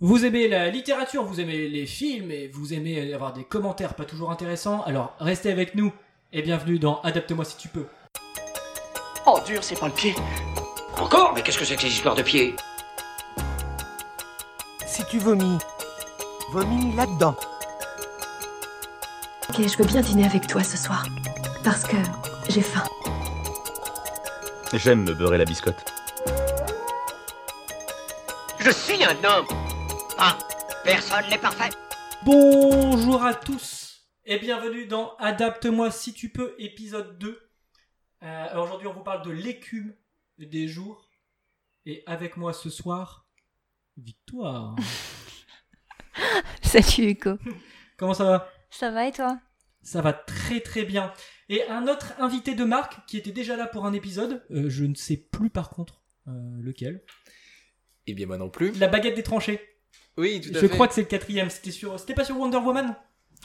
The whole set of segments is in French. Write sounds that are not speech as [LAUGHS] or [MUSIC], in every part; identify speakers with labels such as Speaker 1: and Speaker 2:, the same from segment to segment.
Speaker 1: Vous aimez la littérature, vous aimez les films et vous aimez avoir des commentaires pas toujours intéressants, alors restez avec nous et bienvenue dans Adapte-moi si tu peux.
Speaker 2: Oh, dur, c'est pas le pied.
Speaker 3: Encore Mais qu'est-ce que c'est que ces histoires de pieds
Speaker 4: Si tu vomis, vomis là-dedans.
Speaker 5: Ok, je veux bien dîner avec toi ce soir. Parce que j'ai faim.
Speaker 6: J'aime me beurrer la biscotte.
Speaker 3: Je suis un homme Ah Personne n'est parfait
Speaker 1: Bonjour à tous et bienvenue dans Adapte-moi si tu peux, épisode 2. Euh, alors Aujourd'hui, on vous parle de l'écume des jours. Et avec moi ce soir, Victoire.
Speaker 7: [LAUGHS] Salut Hugo.
Speaker 1: Comment ça va
Speaker 7: Ça va et toi
Speaker 1: Ça va très très bien. Et un autre invité de marque qui était déjà là pour un épisode, euh, je ne sais plus par contre euh, lequel.
Speaker 8: Eh bien, moi non plus.
Speaker 1: La baguette des tranchées.
Speaker 8: Oui, tout à
Speaker 1: Je
Speaker 8: fait.
Speaker 1: crois que c'est le quatrième. C'était sur, c'était pas sur Wonder Woman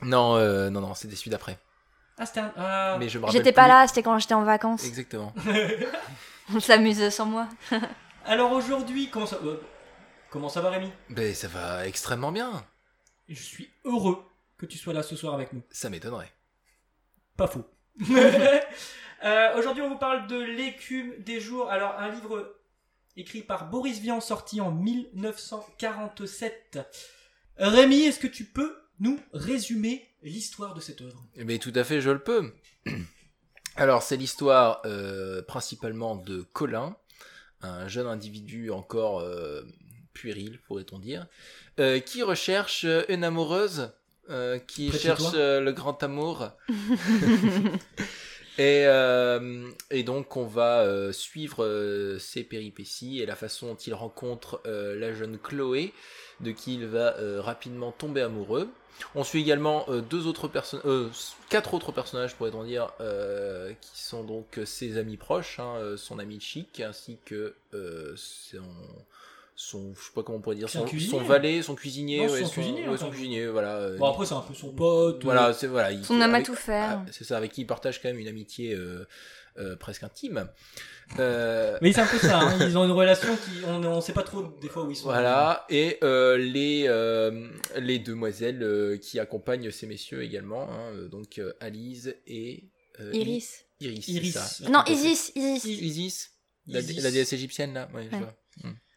Speaker 8: Non, euh, non, non, c'était celui d'après.
Speaker 1: Ah c'était un. ah.
Speaker 8: Mais je me rappelle
Speaker 7: J'étais pas
Speaker 8: plus.
Speaker 7: là, c'était quand j'étais en vacances.
Speaker 8: Exactement.
Speaker 7: On s'amuse sans moi.
Speaker 1: Alors aujourd'hui, comment ça, euh, comment ça va Rémi
Speaker 8: Ben, ça va extrêmement bien.
Speaker 1: Je suis heureux que tu sois là ce soir avec nous.
Speaker 8: Ça m'étonnerait.
Speaker 1: Pas faux. [LAUGHS] Euh, Aujourd'hui, on vous parle de L'écume des jours. Alors, un livre écrit par Boris Vian, sorti en 1947. Rémi, est-ce que tu peux nous résumer l'histoire de cette œuvre
Speaker 8: Mais Eh tout à fait, je le peux. [CLEARS THROAT] Alors, c'est l'histoire euh, principalement de Colin, un jeune individu encore euh, puéril, pourrait-on dire, euh, qui recherche euh, une amoureuse, euh, qui
Speaker 1: Près de chez
Speaker 8: cherche
Speaker 1: toi.
Speaker 8: euh, le grand amour. [LAUGHS] Et, euh, et donc on va euh, suivre euh, ses péripéties et la façon dont il rencontre euh, la jeune Chloé, de qui il va euh, rapidement tomber amoureux. On suit également euh, deux autres personnes, euh, s- quatre autres personnages pourrait-on dire, euh, qui sont donc euh, ses amis proches, hein, euh, son ami Chic, ainsi que euh, son, son, je sais pas comment on pourrait dire,
Speaker 1: C'est un
Speaker 8: son,
Speaker 1: cuisinier.
Speaker 8: son valet, son cuisinier,
Speaker 1: Non,
Speaker 8: ouais,
Speaker 1: son cuisinier,
Speaker 8: ouais,
Speaker 1: enfin.
Speaker 8: son cuisinier, voilà. euh,
Speaker 1: Bon, après, c'est un peu son pote. euh,
Speaker 8: voilà, c'est voilà. il-
Speaker 7: Son homme à
Speaker 8: avec-
Speaker 7: tout faire.
Speaker 8: ah, c'est ça, avec qui il partage quand même une amitié euh, euh, presque intime. Euh,
Speaker 1: Mais c'est un peu ça, hein, ils ont une relation qui. On ne sait pas trop des fois où ils sont.
Speaker 8: voilà, et euh, les, euh, les demoiselles euh, qui accompagnent ces messieurs également, hein, euh, donc euh, Alice et... euh,
Speaker 7: Iris.
Speaker 8: I- Iris. c'est
Speaker 1: Iris.
Speaker 8: ça.
Speaker 7: Non, Isis, Isis.
Speaker 8: Isis. La,
Speaker 1: Isis.
Speaker 8: la déesse égyptienne, là. Ouais, je
Speaker 7: Ouais.
Speaker 8: vois.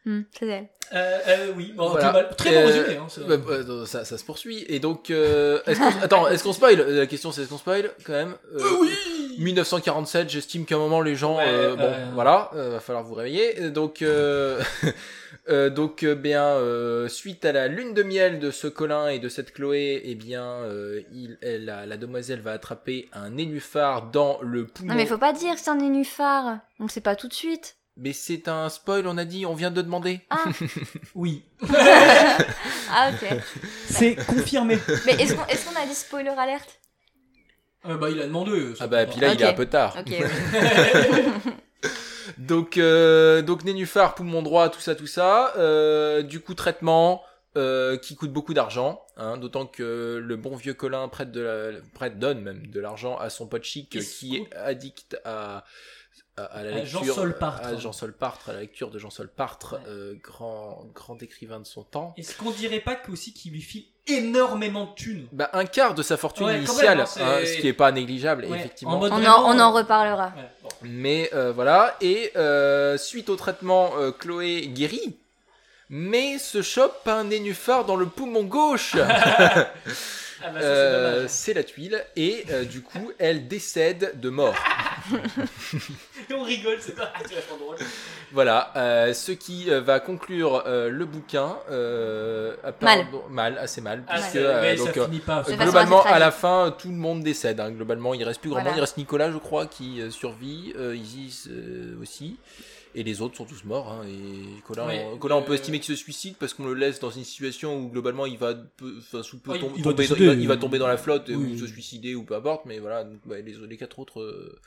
Speaker 7: Hmm, c'est elle.
Speaker 1: Euh, euh, oui, bon,
Speaker 8: Voilà.
Speaker 1: global- très bon
Speaker 8: Euh,
Speaker 1: résumé. hein, c'est-
Speaker 8: bah, bah, non, ça, ça se poursuit. Et donc, euh, est-ce qu'on- attends, est-ce qu'on spoil Euh, La question, c'est est-ce qu'on spoil quand même Euh,
Speaker 1: oui
Speaker 8: 1947, j'estime qu'à un moment les gens,
Speaker 1: Ouais,
Speaker 8: euh, bon,
Speaker 1: euh,
Speaker 8: voilà, euh, va falloir vous réveiller. Euh, Donc, euh, [LAUGHS] euh, donc, euh, bien, euh, suite à la lune de miel de ce Colin et de cette Chloé, eh bien, euh, il, elle, la, la demoiselle va attraper un nénuphar dans le poumon.
Speaker 7: Non, mais faut pas dire que c'est un nénuphar. On le sait pas tout de
Speaker 8: [LAUGHS]
Speaker 7: suite.
Speaker 8: Mais c'est un spoil, on a dit, on vient de demander.
Speaker 7: Ah, [LAUGHS]
Speaker 1: Oui,
Speaker 7: ah ok.
Speaker 1: c'est confirmé.
Speaker 7: Mais est-ce qu'on est qu'on a dit spoiler alerte
Speaker 1: Euh, bah, il a demandé. euh, ça
Speaker 8: Ah bah,
Speaker 1: peut
Speaker 8: puis
Speaker 1: pas.
Speaker 8: là, il est
Speaker 7: Ok.
Speaker 8: un peu tard. [LAUGHS]
Speaker 7: Ok. oui.
Speaker 8: Donc, euh, donc nénuphar, poumon droit, tout ça, tout ça. Euh, du coup, traitement euh, qui coûte beaucoup d'argent, hein, d'autant que le bon vieux Colin prête de la, prête donne même de l'argent à son pote chic euh,
Speaker 1: Et
Speaker 8: qui
Speaker 1: scoop.
Speaker 8: est addict à à, à la
Speaker 1: À
Speaker 8: lecture
Speaker 1: Jean Sol Partre.
Speaker 8: à Jean Sol Partre, à la lecture de Jean Sol Partre,
Speaker 1: Ouais.
Speaker 8: euh, grand grand écrivain de son temps.
Speaker 1: Est-ce qu'on dirait pas qu'aussi qu'il lui file énormément de thunes
Speaker 8: Bah, un quart de sa fortune
Speaker 1: Ouais, quand
Speaker 8: initiale,
Speaker 1: même, hein, c'est-
Speaker 8: hein, ce qui est pas négligeable,
Speaker 1: Ouais,
Speaker 8: effectivement.
Speaker 1: en mode- euh,
Speaker 7: On en, on en reparlera.
Speaker 1: Ouais, bon.
Speaker 8: Mais euh, voilà, et euh, suite au traitement, euh, Chloé guérit, mais se chope un nénuphar dans le
Speaker 1: [LAUGHS]
Speaker 8: poumon gauche.
Speaker 1: Ah bah ça, c'est
Speaker 8: Euh,
Speaker 1: dommage.
Speaker 8: C'est la tuile, et euh, du coup, elle décède de mort.
Speaker 1: [LAUGHS] on rigole, c'est pas... Ah, tu vas prendre drôle.
Speaker 8: Voilà, euh, ce qui euh, va conclure euh, le bouquin. euh, à part-
Speaker 7: Mal.
Speaker 8: mal, assez mal.
Speaker 1: Ah,
Speaker 8: puisque,
Speaker 1: c'est-
Speaker 8: euh,
Speaker 1: mais
Speaker 8: donc,
Speaker 1: ça
Speaker 8: euh,
Speaker 1: finit pas.
Speaker 7: De façon
Speaker 8: Globalement,
Speaker 7: assez
Speaker 8: à
Speaker 7: tragique.
Speaker 8: la fin, tout le monde décède. hein. Globalement, il reste plus grand
Speaker 7: Voilà.
Speaker 8: monde. Il reste Nicolas, je crois, qui euh, survit, euh, Isis euh, aussi. Et les autres sont tous morts. hein. Et Colin,
Speaker 1: Ouais,
Speaker 8: on, Colin, on peut
Speaker 1: euh,
Speaker 8: estimer qu'il se suicide parce qu'on le laisse dans une situation où globalement il va, peu- enfin, sous peu
Speaker 1: Ouais, il-
Speaker 8: tom-
Speaker 1: il va
Speaker 8: tomber, dans-
Speaker 1: décéder,
Speaker 8: il va- il va
Speaker 1: euh,
Speaker 8: tomber dans la flotte et-
Speaker 1: oui.
Speaker 8: ou se suicider ou peu importe. Mais voilà, donc, ouais, les, les quatre autres euh,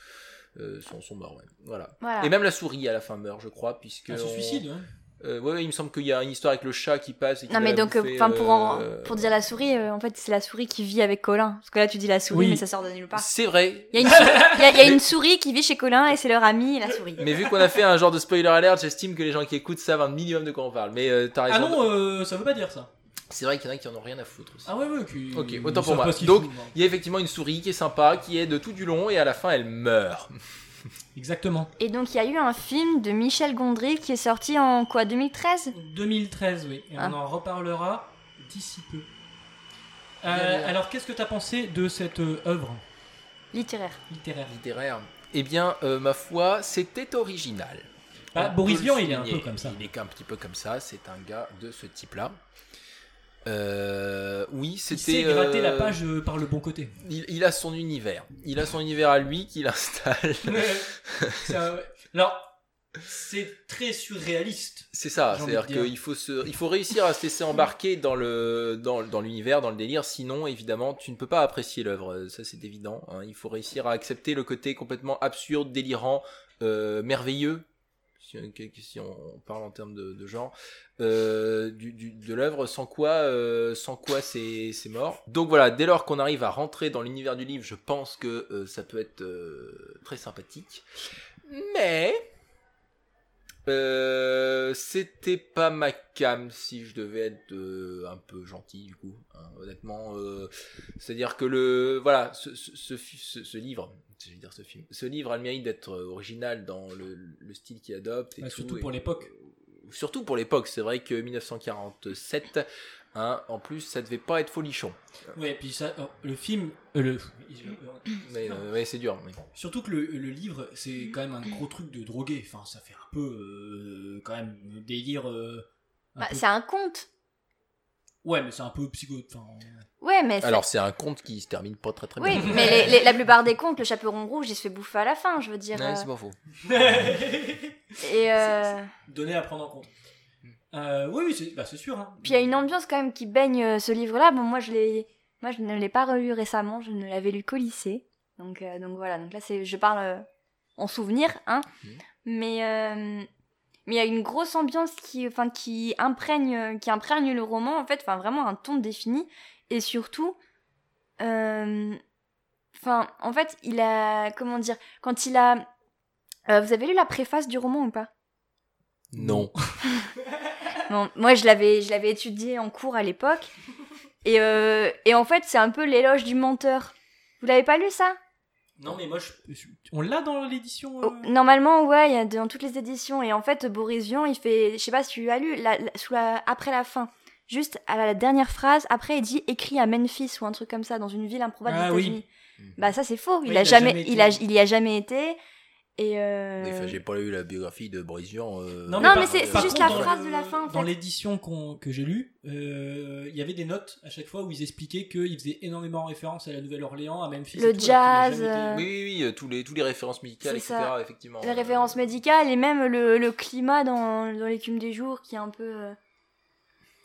Speaker 8: euh, sont, sont morts. ouais. Voilà.
Speaker 7: Voilà.
Speaker 8: Et même la souris à la fin meurt, je crois, puisque
Speaker 1: On Ah, se
Speaker 8: on-
Speaker 1: suicide. hein.
Speaker 8: Euh, ouais, ouais, il me semble qu'il y a une histoire avec le chat qui passe. Et qui
Speaker 7: Non,
Speaker 8: va
Speaker 7: mais
Speaker 8: la
Speaker 7: donc,
Speaker 8: bouffer,
Speaker 7: enfin, pour, en-
Speaker 8: euh,
Speaker 7: pour dire la souris, euh, en fait, c'est la souris qui vit avec Colin. Parce que là, tu dis la souris,
Speaker 1: Oui.
Speaker 7: mais ça sort de nulle part.
Speaker 8: C'est vrai.
Speaker 7: Il y, a une sou- il y a- il y a une souris qui vit chez Colin et c'est leur ami, la souris.
Speaker 8: Mais vu qu'on a fait un genre de spoiler alert, j'estime que les gens qui écoutent savent un minimum de quoi on parle. Mais euh, t'as raison.
Speaker 1: Ah non, euh, ça veut pas dire ça.
Speaker 8: C'est vrai qu'il y en a qui en ont rien à foutre aussi.
Speaker 1: Ah ouais, ouais. qui-
Speaker 8: Ok,
Speaker 1: ils
Speaker 8: autant pour
Speaker 1: savent
Speaker 8: moi.
Speaker 1: pas ce qu'ils
Speaker 8: Donc-
Speaker 1: foutent, hein.
Speaker 8: Il y a effectivement une souris qui est sympa, qui aide tout du long et à la fin elle meurt.
Speaker 1: Exactement.
Speaker 7: Et donc, il y a eu un film de Michel Gondry qui est sorti en quoi, 2013
Speaker 1: 2013, oui. Et
Speaker 7: Ah.
Speaker 1: on en reparlera d'ici peu. Euh,
Speaker 8: Bien, bien.
Speaker 1: alors, qu'est-ce que t'as pensé de cette euh, œuvre
Speaker 7: Littéraire.
Speaker 1: littéraire
Speaker 8: Littéraire. Eh bien, euh, ma foi, c'était original.
Speaker 1: Bah,
Speaker 8: On
Speaker 1: Boris
Speaker 8: peut
Speaker 1: Vian,
Speaker 8: le
Speaker 1: il est un peu
Speaker 8: souligner.
Speaker 1: comme ça.
Speaker 8: Il est un petit peu comme ça, c'est un gars de ce type-là. Euh, oui,
Speaker 1: Il
Speaker 8: c'était.
Speaker 1: s'est gratté
Speaker 8: euh,
Speaker 1: la page euh, par le bon
Speaker 8: [LAUGHS]
Speaker 1: côté.
Speaker 8: Il, il a son univers. Il a son univers à lui qu'il [LAUGHS] installe.
Speaker 1: C'est un- euh, Alors, c'est très surréaliste.
Speaker 8: C'est ça,
Speaker 1: J'ai envie
Speaker 8: c'est-à-dire
Speaker 1: de dire.
Speaker 8: qu'il faut, se, il faut réussir à se laisser embarquer dans le dans, dans l'univers, dans le délire, sinon évidemment tu ne peux pas apprécier l'œuvre, ça c'est évident. hein. Il faut réussir à accepter le côté complètement absurde, délirant, euh, merveilleux, si, si on parle en termes de, de genre, euh, du, du- de l'œuvre, sans quoi euh, sans quoi c'est c'est mort. Donc voilà, dès lors qu'on arrive à rentrer dans l'univers du livre, je pense que euh, ça peut être euh, très sympathique, mais euh, c'était pas ma cam si je devais être euh, un peu gentil du coup hein, honnêtement c'est à dire que le voilà ce, ce, ce fi- ce- ce livre je vais dire ce film ce livre a le mérite d'être euh, original dans le, le style qu'il adopte et
Speaker 1: Ouais,
Speaker 8: tout,
Speaker 1: surtout
Speaker 8: et- euh,
Speaker 1: pour l'époque.
Speaker 8: surtout pour l'époque c'est vrai que 1947 hein, en plus ça devait pas être folichon
Speaker 1: Ouais, et puis ça, oh, le film, euh, le,
Speaker 8: mais euh, ouais, c'est dur mais...
Speaker 1: surtout que le, le livre, c'est quand même un gros truc de drogué. Enfin, ça fait un peu euh, quand même le délire. euh, un
Speaker 7: Bah,
Speaker 1: peu-
Speaker 7: c'est un conte.
Speaker 1: Ouais, mais c'est un peu psycho.
Speaker 7: [LAUGHS]
Speaker 1: Enfin,
Speaker 7: Ouais, mais c'est-
Speaker 8: alors c'est un conte qui se termine pas très très
Speaker 7: Oui,
Speaker 8: bien
Speaker 7: mais les- les- la plupart des contes, le chaperon rouge, il se fait bouffer à la fin, je veux dire.
Speaker 8: Ouais,
Speaker 7: euh,
Speaker 8: c'est pas faux
Speaker 7: et euh,
Speaker 1: donné à prendre en compte.
Speaker 8: Hmm.
Speaker 1: Euh, oui, oui, c'est bah, c'est sûr. hein.
Speaker 7: puis il y a une ambiance quand même qui baigne euh, ce livre-là. Bon, moi je l'ai, moi je ne l'ai pas relu récemment, je ne l'avais lu qu'au lycée. Donc euh, donc voilà, donc là c'est, je parle euh, en souvenir, hein.
Speaker 8: Mhm.
Speaker 7: Mais euh, mais il y a une grosse ambiance qui, enfin qui imprègne, euh, qui imprègne le roman en fait, enfin vraiment un ton défini et surtout. euh, Enfin, en fait, il a. Comment dire Quand il a. euh, vous avez lu la préface du roman ou pas
Speaker 8: non
Speaker 7: Bon, moi, je l'avais, je l'avais étudié en cours à l'époque. Et, euh, et en fait, c'est un peu l'éloge du menteur. Vous l'avez pas lu ça
Speaker 1: Non, mais moi, je- je- on l'a dans l'édition. euh,
Speaker 7: Oh, Normalement, ouais, il y a dans toutes les éditions. Et en fait, Boris Vian, il fait, je sais pas si tu as lu, la- la- sous la, après la fin, juste à la dernière phrase, après il dit écrit à Memphis ou un truc comme ça dans une ville improbable
Speaker 1: Ah
Speaker 7: des
Speaker 1: oui.
Speaker 7: États-Unis. Bah ça, c'est faux. Il,
Speaker 1: Oui,
Speaker 7: a, jamais, il a,
Speaker 1: été.
Speaker 7: il y a jamais été. Et euh,
Speaker 8: Oui, enfin, j'ai pas lu la biographie de Boris Vian. euh,
Speaker 7: Non, mais
Speaker 1: par-
Speaker 7: c'est-
Speaker 1: par
Speaker 7: c'est juste
Speaker 1: contre,
Speaker 7: la
Speaker 1: dans
Speaker 7: phrase
Speaker 1: le-
Speaker 7: de la fin, en
Speaker 1: Dans
Speaker 7: fait.
Speaker 1: l'édition qu'on- que j'ai lue, euh, il y avait des notes à chaque fois où ils expliquaient qu'ils faisaient énormément référence à la Nouvelle-Orléans, à Memphis.
Speaker 7: Le
Speaker 1: et tout, alors
Speaker 7: jazz,
Speaker 1: qu'il n'a jamais
Speaker 7: euh,
Speaker 1: été-
Speaker 8: Oui, oui, oui, euh, tous les, tous les références musicales,
Speaker 7: C'est
Speaker 8: etc.
Speaker 7: ça.
Speaker 8: Effectivement. euh,
Speaker 7: les références médicales et même le, le climat dans, dans l'écume des jours qui est un peu euh,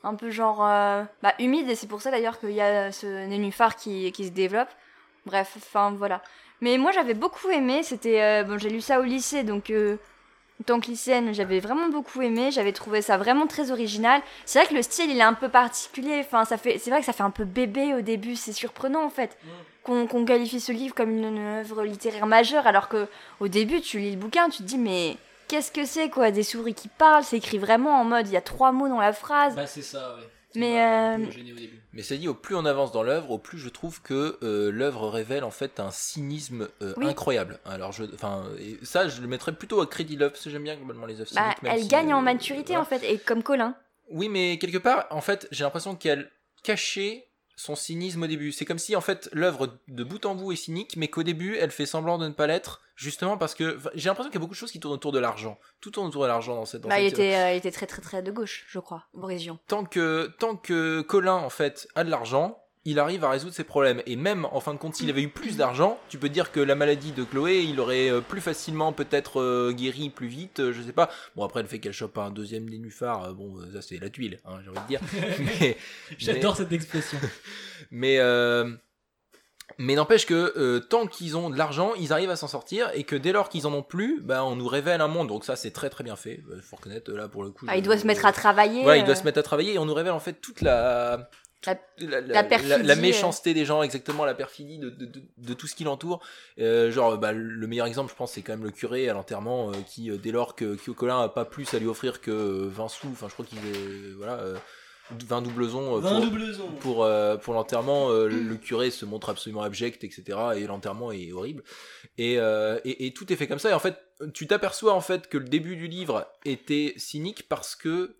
Speaker 7: un peu genre euh, bah, humide et c'est pour ça d'ailleurs qu'il y a ce nénuphar qui, qui se développe bref enfin voilà mais moi j'avais beaucoup aimé c'était euh, bon j'ai lu ça au lycée donc euh, en tant que lycéenne j'avais vraiment beaucoup aimé j'avais trouvé ça vraiment très original c'est vrai que le style il est un peu particulier enfin ça fait c'est vrai que ça fait un peu bébé au début c'est surprenant en fait
Speaker 8: Mm.
Speaker 7: qu'on qu'on qualifie ce livre comme une, une œuvre littéraire majeure alors que au début, tu lis le bouquin, tu te dis, mais qu'est-ce que c'est, quoi Des souris qui parlent, c'est écrit vraiment en mode, il y a trois mots dans la phrase.
Speaker 1: Bah, c'est ça, ouais. C'est
Speaker 7: Mais,
Speaker 1: pas- un peu
Speaker 7: euh,
Speaker 1: gêné au
Speaker 8: [LAUGHS]
Speaker 1: début. [LAUGHS]
Speaker 8: Mais ça dit, au plus on avance dans l'œuvre, au plus je trouve que euh, l'œuvre révèle en fait un cynisme euh,
Speaker 7: Oui.
Speaker 8: incroyable. Alors, je, enfin, et ça, je le mettrais plutôt à crédit l'œuvre, parce que j'aime bien globalement les œuvres
Speaker 7: bah,
Speaker 8: cyniques. même
Speaker 7: elle
Speaker 8: si,
Speaker 7: gagne en
Speaker 8: euh,
Speaker 7: maturité,
Speaker 8: voilà.
Speaker 7: en fait, et comme Colin.
Speaker 8: Oui, mais quelque part, en fait, j'ai l'impression qu'elle cachait son cynisme au début. C'est comme si, en fait, l'œuvre de bout en bout est cynique, mais qu'au début, elle fait semblant de ne pas l'être, justement parce que enfin, j'ai l'impression qu'il y a beaucoup de choses qui tournent autour de l'argent. Tout tourne autour de l'argent dans cette. dans
Speaker 7: Bah, il
Speaker 8: cette-
Speaker 7: était, euh, il était très, très, très de gauche, je crois, Boris Vian.
Speaker 8: tant que tant que Colin en fait a de l'argent, il arrive à résoudre ses problèmes. Et même en fin de compte, s'il avait eu plus d'argent, tu peux dire que la maladie de Chloé, il aurait euh, plus facilement peut-être euh, guéri plus vite. euh, je sais pas. Bon après, le fait qu'elle chope un deuxième nénuphar, euh, bon euh, ça c'est la tuile, hein, j'ai envie de dire. [LAUGHS] mais [LAUGHS]
Speaker 1: J'adore cette expression.
Speaker 8: mais euh, Mais n'empêche que euh, tant qu'ils ont de l'argent, ils arrivent à s'en sortir et que dès lors qu'ils en ont plus, bah, on nous révèle un monde. Donc ça, c'est très très bien fait. Euh, faut reconnaître euh, là pour le coup.
Speaker 7: Ah,
Speaker 8: je-
Speaker 7: il doit se mettre à travailler.
Speaker 8: Ouais, il doit
Speaker 7: euh,
Speaker 8: se mettre à travailler et on nous révèle en fait toute la
Speaker 7: La-
Speaker 8: toute la,
Speaker 7: la perfidie, euh.
Speaker 8: la méchanceté des gens, exactement la perfidie de, de, de- de tout ce qui l'entoure. Euh, genre, bah, le meilleur exemple, je pense, c'est quand même le curé à l'enterrement euh, qui, euh, dès lors que Colin a pas plus à lui offrir que euh, 20 sous, enfin, je crois qu'il est voilà euh, 20 doublezons euh,
Speaker 1: 20
Speaker 8: pour,
Speaker 1: doublezons.
Speaker 8: pour, euh, pour l'enterrement, euh,
Speaker 7: Mm.
Speaker 8: le curé se montre absolument abject, etc. Et l'enterrement est horrible. Et, euh, et, et tout est fait comme ça. Et en fait, tu t'aperçois en fait que le début du livre était cynique parce que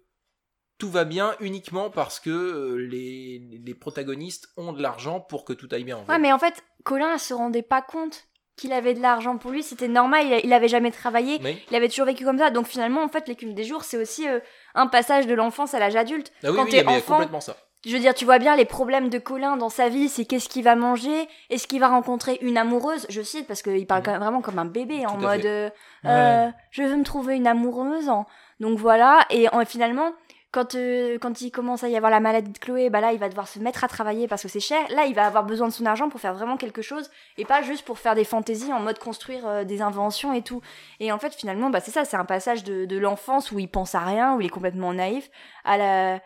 Speaker 8: tout va bien uniquement parce que euh, les, les protagonistes ont de l'argent pour que tout aille bien. En fait.
Speaker 7: Ouais, mais en fait, Colin se rendait pas compte qu'il avait de l'argent pour lui, c'était normal, il, a- il avait jamais travaillé,
Speaker 8: Oui.
Speaker 7: il avait toujours vécu comme ça. Donc finalement, en fait, l'écume des jours, c'est aussi euh, un passage de l'enfance à l'âge adulte.
Speaker 8: Ah oui,
Speaker 7: Quand
Speaker 8: oui, il y
Speaker 7: t'es
Speaker 8: avait
Speaker 7: enfant,
Speaker 8: complètement ça.
Speaker 7: je veux dire, tu vois bien les problèmes de Colin dans sa vie, c'est qu'est-ce qu'il va manger, est-ce qu'il va rencontrer une amoureuse, je cite, parce qu'il parle
Speaker 8: Mhm.
Speaker 7: quand même vraiment comme un bébé, en
Speaker 8: Tout à
Speaker 7: mode
Speaker 8: fait.
Speaker 7: euh, euh, je veux me trouver une amoureuse. hein. Donc voilà, et en- finalement, quand, euh, quand il commence à y avoir la maladie de Chloé, bah là, il va devoir se mettre à travailler parce que c'est cher. Là, il va avoir besoin de son argent pour faire vraiment quelque chose et pas juste pour faire des fantaisies en mode construire euh, des inventions et tout. Et en fait, finalement, bah, c'est ça, c'est un passage de, de l'enfance où il pense à rien, où il est complètement naïf, à la,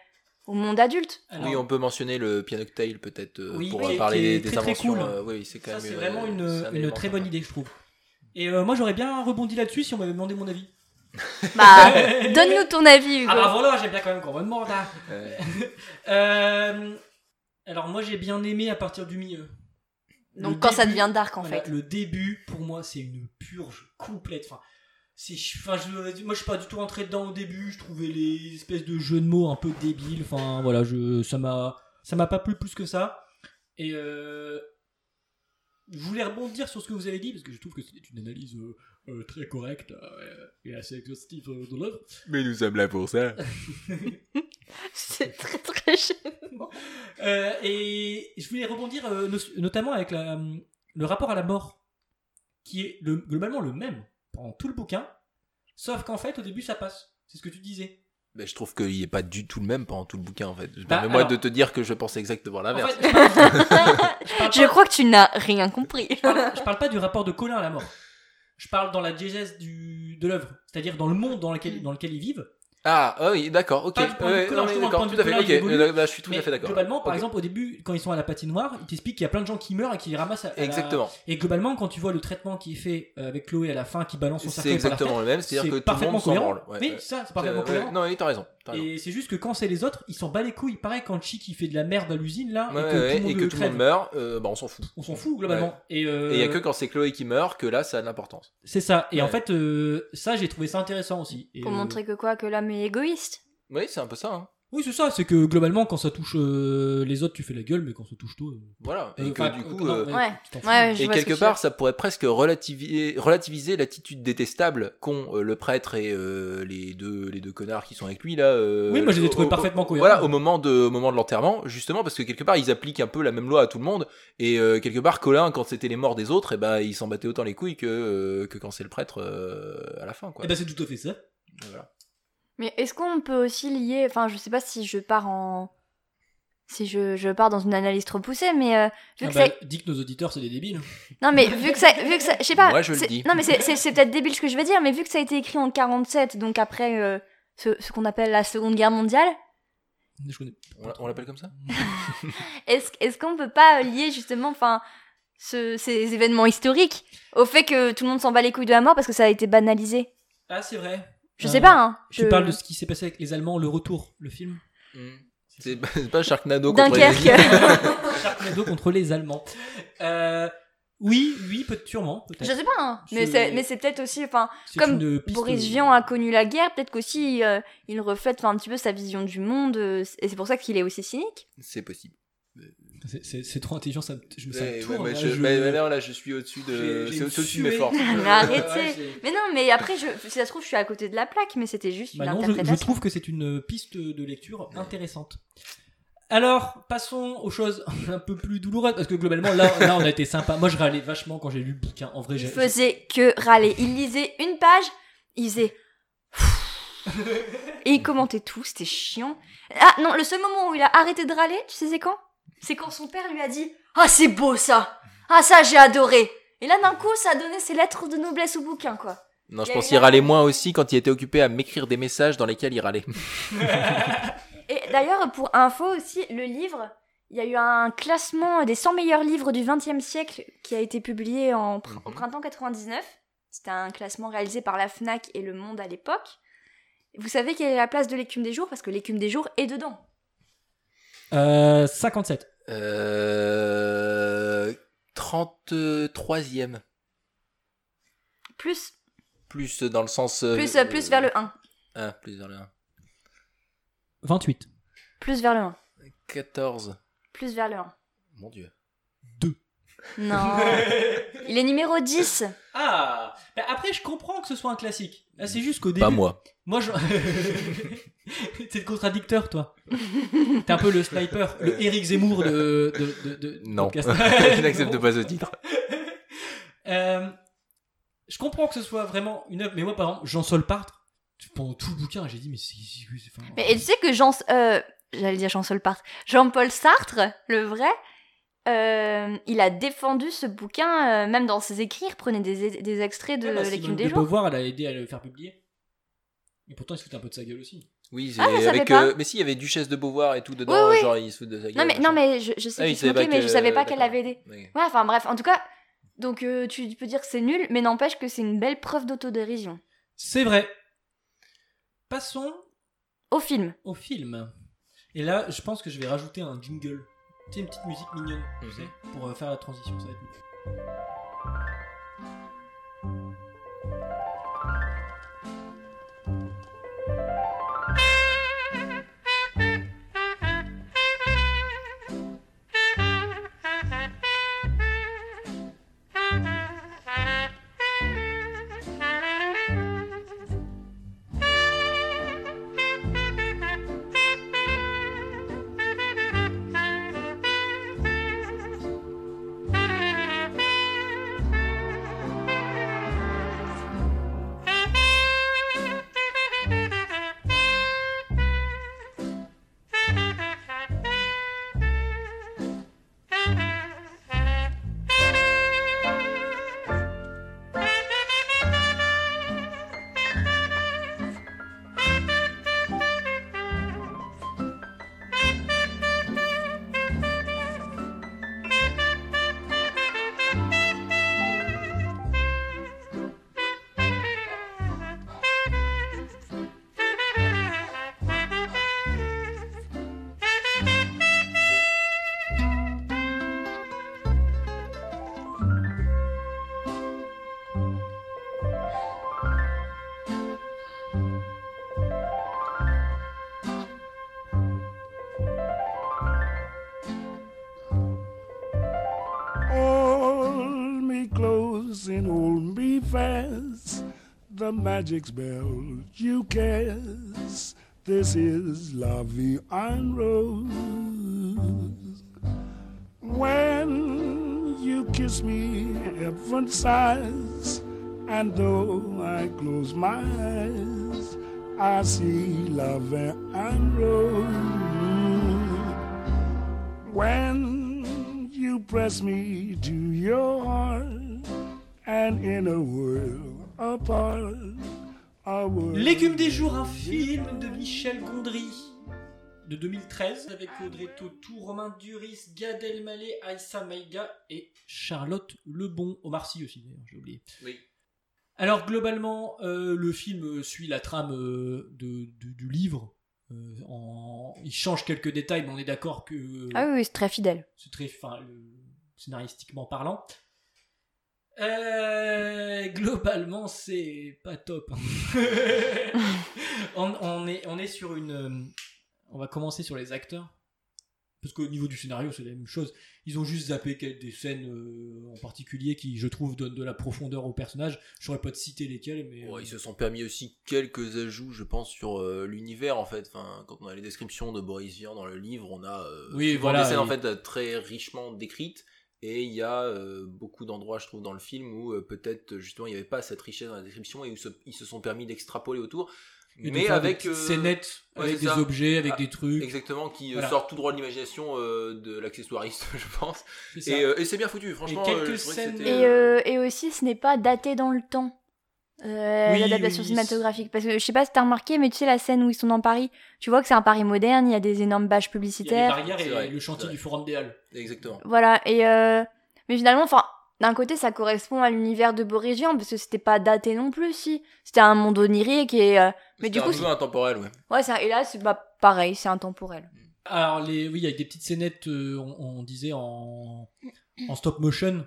Speaker 7: au
Speaker 1: [LAUGHS]
Speaker 7: monde adulte.
Speaker 1: Alors,
Speaker 8: Oui, on peut mentionner le pianoctail peut-être euh,
Speaker 1: Oui,
Speaker 8: pour
Speaker 1: qui est-
Speaker 8: parler
Speaker 1: qui est
Speaker 8: des
Speaker 1: très, très
Speaker 8: inventions.
Speaker 1: cool.
Speaker 8: euh, oui, c'est quand
Speaker 1: ça,
Speaker 8: même,
Speaker 1: c'est
Speaker 8: euh,
Speaker 1: vraiment une,
Speaker 8: c'est un
Speaker 1: une
Speaker 8: élément
Speaker 1: très bonne
Speaker 8: sympa.
Speaker 1: idée, je trouve. Et euh, moi, j'aurais bien rebondi là-dessus si on m'avait demandé mon avis.
Speaker 7: Bah, donne-nous ton avis, Hugo.
Speaker 1: Ah bah voilà, j'aime bien quand même qu'on me demande. hein.
Speaker 8: Ouais.
Speaker 1: [LAUGHS] Euh, alors moi, j'ai bien aimé à partir du milieu.
Speaker 7: Donc
Speaker 1: Le
Speaker 7: quand ça
Speaker 1: début-
Speaker 7: devient dark, en
Speaker 1: Voilà, [LAUGHS]
Speaker 7: fait.
Speaker 1: Le début, pour moi, c'est une purge complète. Enfin, c'est, ch- enfin, je, moi, je suis pas du tout rentré dedans au début. Je trouvais les espèces de jeux de mots un peu débiles. Enfin, voilà, je, ça m'a, ça m'a pas plu plus que ça. Et euh, je voulais rebondir sur ce que vous avez dit parce que je trouve que c'est une analyse euh, euh, très correcte euh, et assez exhaustive euh, de l'œuvre.
Speaker 8: Mais nous sommes là pour ça.
Speaker 7: C'est très très cher.
Speaker 1: Euh, et je voulais rebondir euh, no- notamment avec la- euh, le rapport à la mort, qui est le- globalement le même pendant tout le bouquin, sauf qu'en fait au début ça passe. C'est ce que tu disais.
Speaker 8: Ben, je trouve qu'il est pas du tout le même pendant tout le bouquin en fait. Je
Speaker 1: Bah,
Speaker 8: Permets-moi
Speaker 1: alors-
Speaker 8: de te dire que je pense exactement
Speaker 1: En
Speaker 8: l'inverse.
Speaker 1: fait, je, parle, je
Speaker 8: [LAUGHS]
Speaker 1: parle
Speaker 7: Je
Speaker 1: pas-
Speaker 7: crois que tu n'as rien compris.
Speaker 1: je parle- je parle pas du rapport de Colin à la mort. Je parle dans la diégèse du, de l'œuvre, c'est-à-dire dans le monde dans lequel, dans lequel ils vivent.
Speaker 8: Ah ah oui, d'accord, ok.
Speaker 1: Pas du point de vue
Speaker 8: Ouais,
Speaker 1: Colin,
Speaker 8: non, mais
Speaker 1: justement, le
Speaker 8: d'accord,
Speaker 1: point de
Speaker 8: tout
Speaker 1: vue
Speaker 8: à fait,
Speaker 1: Colin,
Speaker 8: ok. Euh,
Speaker 1: il évolue.
Speaker 8: Là, là, je suis tout
Speaker 1: Mais
Speaker 8: à fait d'accord.
Speaker 1: Globalement, par
Speaker 8: Ok.
Speaker 1: exemple, au début, quand ils sont à la patinoire, ils t'expliquent qu'il y a plein de gens qui meurent et qu'ils les ramassent. À, à la-
Speaker 8: Exactement.
Speaker 1: Et globalement, quand tu vois le traitement qui est fait euh, avec Chloé à la fin, qui balance son
Speaker 8: C'est
Speaker 1: cercueil par la
Speaker 8: exactement le même, c'est-à-dire que tout le monde s'en branle. Ouais,
Speaker 1: oui,
Speaker 8: ouais.
Speaker 1: ça, c'est parfaitement
Speaker 8: Euh,
Speaker 1: cohérent.
Speaker 8: ouais, Non, oui, t'as raison. t'as raison.
Speaker 1: et c'est juste que quand c'est les autres, ils s'en bat les couilles. Pareil, quand Chic il fait de la merde à l'usine, là,
Speaker 8: Ouais,
Speaker 1: et
Speaker 8: ouais,
Speaker 1: que
Speaker 8: ouais,
Speaker 1: tout le
Speaker 8: et
Speaker 1: monde,
Speaker 8: que tout le monde
Speaker 1: crève,
Speaker 8: meurt, euh, bah on s'en fout.
Speaker 1: On s'en fout globalement. Et, euh,
Speaker 8: Et il y a que quand c'est Chloé qui meurt que là ça a de l'importance.
Speaker 1: C'est ça. Et en
Speaker 8: Ouais.
Speaker 1: fait, euh, ça, j'ai trouvé ça intéressant aussi. Et,
Speaker 7: Pour
Speaker 1: euh,
Speaker 7: montrer que quoi Que l'homme est égoïste
Speaker 8: Oui, c'est un peu ça. hein.
Speaker 1: Oui, c'est ça. C'est que globalement, quand ça touche euh, les autres, tu fais la gueule, mais quand ça touche toi. euh,
Speaker 8: Voilà. Et
Speaker 1: euh,
Speaker 8: que
Speaker 1: enfin,
Speaker 8: du
Speaker 1: euh,
Speaker 8: coup.
Speaker 1: non,
Speaker 8: euh,
Speaker 1: mais
Speaker 7: Ouais.
Speaker 1: tu t'en fous.
Speaker 7: Ouais, ouais, je vois ce
Speaker 8: Et
Speaker 7: que
Speaker 8: quelque
Speaker 7: tu veux
Speaker 8: part, ça pourrait presque relativiser, relativiser l'attitude détestable qu'ont euh, le prêtre et euh, les deux les deux connards qui sont avec lui là. euh,
Speaker 1: Oui, moi, je les ai trouvés
Speaker 8: au- au-
Speaker 1: parfaitement cohérents.
Speaker 8: Voilà, au moment de au moment de l'enterrement, justement, parce que quelque part, ils appliquent un peu la même loi à tout le monde. Et euh, quelque part, Colin, quand c'était les morts des autres, et ben, il s'en battait autant les couilles que euh, que quand c'est le prêtre euh, à la fin, quoi.
Speaker 1: Et ben, c'est tout à fait ça.
Speaker 8: Voilà.
Speaker 7: Mais est-ce qu'on peut aussi lier, enfin je sais pas si je pars en... Si je, je pars dans une analyse trop poussée, mais euh, vu
Speaker 1: Ah
Speaker 7: que
Speaker 1: bah,
Speaker 7: ça-
Speaker 1: Dis que nos auditeurs, c'est des débiles.
Speaker 7: Non mais vu que ça... Vu que ça je sais pas...
Speaker 8: Moi, je le
Speaker 7: c'est-
Speaker 8: dis.
Speaker 7: Non mais c'est- c'est c'est peut-être débile ce que je vais dire, mais vu que ça a été écrit en 47, donc après euh, ce, ce qu'on appelle la Seconde Guerre mondiale,
Speaker 1: Je connais.
Speaker 8: On l'a- on l'appelle comme ça
Speaker 7: est-ce est qu'on peut pas lier justement enfin ce- ces événements historiques au fait que tout le monde s'en bat les couilles de la mort parce que ça a été banalisé
Speaker 1: Ah, c'est vrai.
Speaker 7: Je
Speaker 1: Euh,
Speaker 7: sais pas, hein.
Speaker 1: Tu
Speaker 7: je-
Speaker 1: parles de ce qui s'est passé avec les Allemands, le retour, le film.
Speaker 8: Mm. C'est pas, c'est pas Sharknado contre les nazis.
Speaker 7: Dunkerque. [LAUGHS]
Speaker 1: Sharknado contre les Allemands. Euh, oui, oui, peut sûrement. Peut-être.
Speaker 7: Je sais pas, hein. mais
Speaker 1: C'est-
Speaker 7: c'est mais c'est peut-être aussi, enfin,
Speaker 1: C'est
Speaker 7: comme
Speaker 1: une piste-
Speaker 7: Boris Vian a connu la guerre, peut-être qu'aussi euh, il reflète enfin, un petit peu sa vision du monde, euh, et c'est pour ça qu'il est aussi cynique.
Speaker 8: C'est possible.
Speaker 1: C'est- C'est c'est trop intelligent, ça, me- je me ça me
Speaker 8: Ouais,
Speaker 1: tourne,
Speaker 8: ouais, mais
Speaker 1: là,
Speaker 8: je-
Speaker 1: je-
Speaker 8: mais- mais là, là, je suis au-dessus de,
Speaker 1: J'ai- j'ai
Speaker 8: c'est au-dessus de
Speaker 1: sué.
Speaker 8: mes forces.
Speaker 1: [LAUGHS]
Speaker 7: Mais
Speaker 1: Ouais,
Speaker 7: arrêtez
Speaker 1: c'est-
Speaker 7: Mais non, mais après, je, si ça se trouve, je suis à côté de la plaque, mais c'était juste
Speaker 1: Bah
Speaker 7: une
Speaker 1: non, je- je,
Speaker 7: interprétation.
Speaker 1: trouve que c'est une piste de lecture intéressante. Alors, passons aux choses [LAUGHS] un peu plus douloureuses, parce que globalement, là, là on a été sympa. Moi, je râlais vachement quand j'ai lu le bouquin. En vrai,
Speaker 7: Il
Speaker 1: j'ai.
Speaker 7: faisait que râler. Il lisait une page, il faisait... et il commentait tout, c'était chiant. Ah non, le seul moment où il a arrêté de râler, tu sais c'est quand C'est quand son père lui a dit « Ah c'est beau ça !» Ah, ça, j'ai adoré. Et là, d'un coup, ça a donné ses lettres de noblesse au bouquin, quoi.
Speaker 8: Non,
Speaker 7: Il y
Speaker 8: je
Speaker 7: a
Speaker 8: pense
Speaker 7: eu
Speaker 8: qu'il
Speaker 7: la-
Speaker 8: râlait moins aussi quand il était occupé à m'écrire des messages dans lesquels
Speaker 7: [LAUGHS]
Speaker 8: il râlait.
Speaker 7: Et d'ailleurs, pour info aussi, le livre, il y a eu un classement des 100 meilleurs livres du XXe siècle qui a été publié en pr- au
Speaker 8: Mhm.
Speaker 7: printemps 99. C'était un classement réalisé par la FNAC et Le Monde à l'époque. Vous savez quelle est la place de l'écume des jours Parce que l'écume des jours est dedans.
Speaker 1: Euh, 57.
Speaker 8: Euh... 33e.
Speaker 7: Plus,
Speaker 8: Plus dans le sens... euh,
Speaker 7: plus, euh, plus vers le 1.
Speaker 8: Ah, plus vers le 1.
Speaker 1: 28.
Speaker 7: Plus vers le 1.
Speaker 8: 14.
Speaker 7: Plus vers le 1.
Speaker 8: Mon dieu.
Speaker 7: Non. il est numéro 10.
Speaker 1: Ah Bah, Après, je comprends que ce soit un classique. Là, c'est juste qu'au début.
Speaker 8: Pas moi.
Speaker 1: Moi, je. [LAUGHS] T'es le contradicteur, toi. T'es un peu le sniper, le Eric Zemmour de. de, de, de-
Speaker 8: Euh. Non. [LAUGHS]
Speaker 1: podcast.
Speaker 8: je n'accepte
Speaker 1: Non.
Speaker 8: pas ce titre.
Speaker 1: Euh, je comprends que ce soit vraiment une œuvre, mais moi, par exemple, Jean Solpartre, pendant tout le bouquin, j'ai dit, mais c'est. c'est- c'est- enfin,
Speaker 7: Mais et tu sais que Jean... euh, J'allais dire Jean Solpartre. Jean-Paul Sartre, le vrai, euh, il a défendu ce bouquin, euh, même dans ses écrits, il prenait des, des extraits de
Speaker 1: Ah, bah,
Speaker 7: L'écume
Speaker 1: Simone
Speaker 7: des
Speaker 1: de
Speaker 7: jours.
Speaker 1: Beauvoir, elle a aidé à le faire publier. Et pourtant, il se foutait un peu de sa gueule aussi.
Speaker 8: Oui, j'ai-
Speaker 7: Ah, je savais
Speaker 8: avec, euh,
Speaker 7: pas.
Speaker 8: mais si, il y avait Duchesse de Beauvoir et tout dedans,
Speaker 7: Oui, oui.
Speaker 8: genre ils se foutent de sa gueule.
Speaker 7: Non mais, non, mais je, je sais
Speaker 8: Ah, il
Speaker 7: qu'il se
Speaker 8: savait pas
Speaker 7: moquait, mais
Speaker 8: que-
Speaker 7: je savais pas qu'elle
Speaker 8: d'accord.
Speaker 7: l'avait aidé.
Speaker 8: mais...
Speaker 7: Ouais, enfin bref, en tout cas, donc euh, tu peux dire que c'est nul, mais n'empêche que c'est une belle preuve d'autodérision.
Speaker 1: C'est vrai. Passons
Speaker 7: Au film.
Speaker 1: au film. Et là, je pense que je vais rajouter un jingle. Tu sais, une petite musique mignonne, tu
Speaker 8: Mhm.
Speaker 1: sais, pour euh, faire la transition, ça va être mieux.
Speaker 6: Hold me close and hold me fast. The magic spell you cast. This is Lavian Rose. When you kiss me, heaven sighs. And though I close my eyes, I see love and rose. When you press me to your heart, and in a world apart, a world
Speaker 1: L'écume des jours, un film de Michel Gondry de 2013 avec Audrey Tautou, Romain Duris, Gad Elmaleh, Aïssa Maïga et Charlotte Lebon. Omar Sy aussi, d'ailleurs, j'ai oublié.
Speaker 8: Oui.
Speaker 1: Alors, globalement, euh, le film euh, suit la trame euh, de, de- du livre. Euh, en- Il change quelques détails, mais on est d'accord que euh,
Speaker 7: Ah oui, oui, c'est très fidèle.
Speaker 1: c'est très fin, le- scénaristiquement parlant. Euh, globalement, c'est pas top. hein. on, on est, on est sur une. euh, On va commencer sur les acteurs. Parce qu'au niveau du scénario, c'est la même chose. Ils ont juste zappé quelques- des scènes euh, en particulier qui, je trouve, donnent de la profondeur au personnage. Je saurais pas te citer lesquelles, mais.
Speaker 8: Ouais,
Speaker 1: euh,
Speaker 8: ils se sont permis aussi quelques ajouts, je pense, sur euh, l'univers en fait. Enfin, quand on a les descriptions de Boris Vian dans le livre, on a euh,
Speaker 1: Oui,
Speaker 8: souvent
Speaker 1: voilà,
Speaker 8: des scènes
Speaker 1: et-
Speaker 8: en fait euh, très richement décrites. Et il y a euh, beaucoup d'endroits, je trouve, dans le film où euh, peut-être justement il n'y avait pas cette richesse dans la description et où se- ils se sont permis d'extrapoler autour.
Speaker 1: Et de
Speaker 8: mais
Speaker 1: faire
Speaker 8: avec
Speaker 1: des petites
Speaker 8: euh,
Speaker 1: scénettes,
Speaker 8: ouais,
Speaker 1: avec
Speaker 8: c'est
Speaker 1: des
Speaker 8: ça.
Speaker 1: objets, avec
Speaker 8: Ah,
Speaker 1: des trucs.
Speaker 8: exactement qui euh,
Speaker 1: Voilà.
Speaker 8: sort tout droit de l'imagination euh, de l'accessoiriste, [LAUGHS] je pense.
Speaker 1: C'est ça.
Speaker 8: Et, euh, et c'est bien foutu, franchement.
Speaker 1: quelques
Speaker 8: euh, je trouvais que
Speaker 1: scènes-
Speaker 8: c'était,
Speaker 7: Et, euh, et aussi, ce n'est pas daté dans le temps. euh,
Speaker 1: Oui,
Speaker 7: l'adaptation
Speaker 1: oui,
Speaker 7: cinématographique parce que je sais pas si t'as remarqué mais tu sais la scène où ils sont dans Paris tu vois que c'est un Paris moderne il y a des énormes
Speaker 1: Il y
Speaker 7: bâches
Speaker 1: a les
Speaker 7: publicitaires
Speaker 1: barrières
Speaker 8: C'est vrai,
Speaker 1: et le
Speaker 8: c'est
Speaker 1: chantier
Speaker 8: vrai.
Speaker 1: du Forum des Halles.
Speaker 8: euh, Exactement.
Speaker 7: voilà et euh, mais finalement enfin d'un côté ça correspond à l'univers de Boris Vian parce que c'était pas daté non plus si c'était un monde onirique et euh, mais
Speaker 8: C'était
Speaker 7: du
Speaker 8: un
Speaker 7: coup
Speaker 8: peu intemporel, ouais.
Speaker 7: c'est- ouais ça et là c'est bah, pareil c'est intemporel
Speaker 1: Alors, les, oui, avec des petites scénettes, euh, on, on disait en, en stop motion,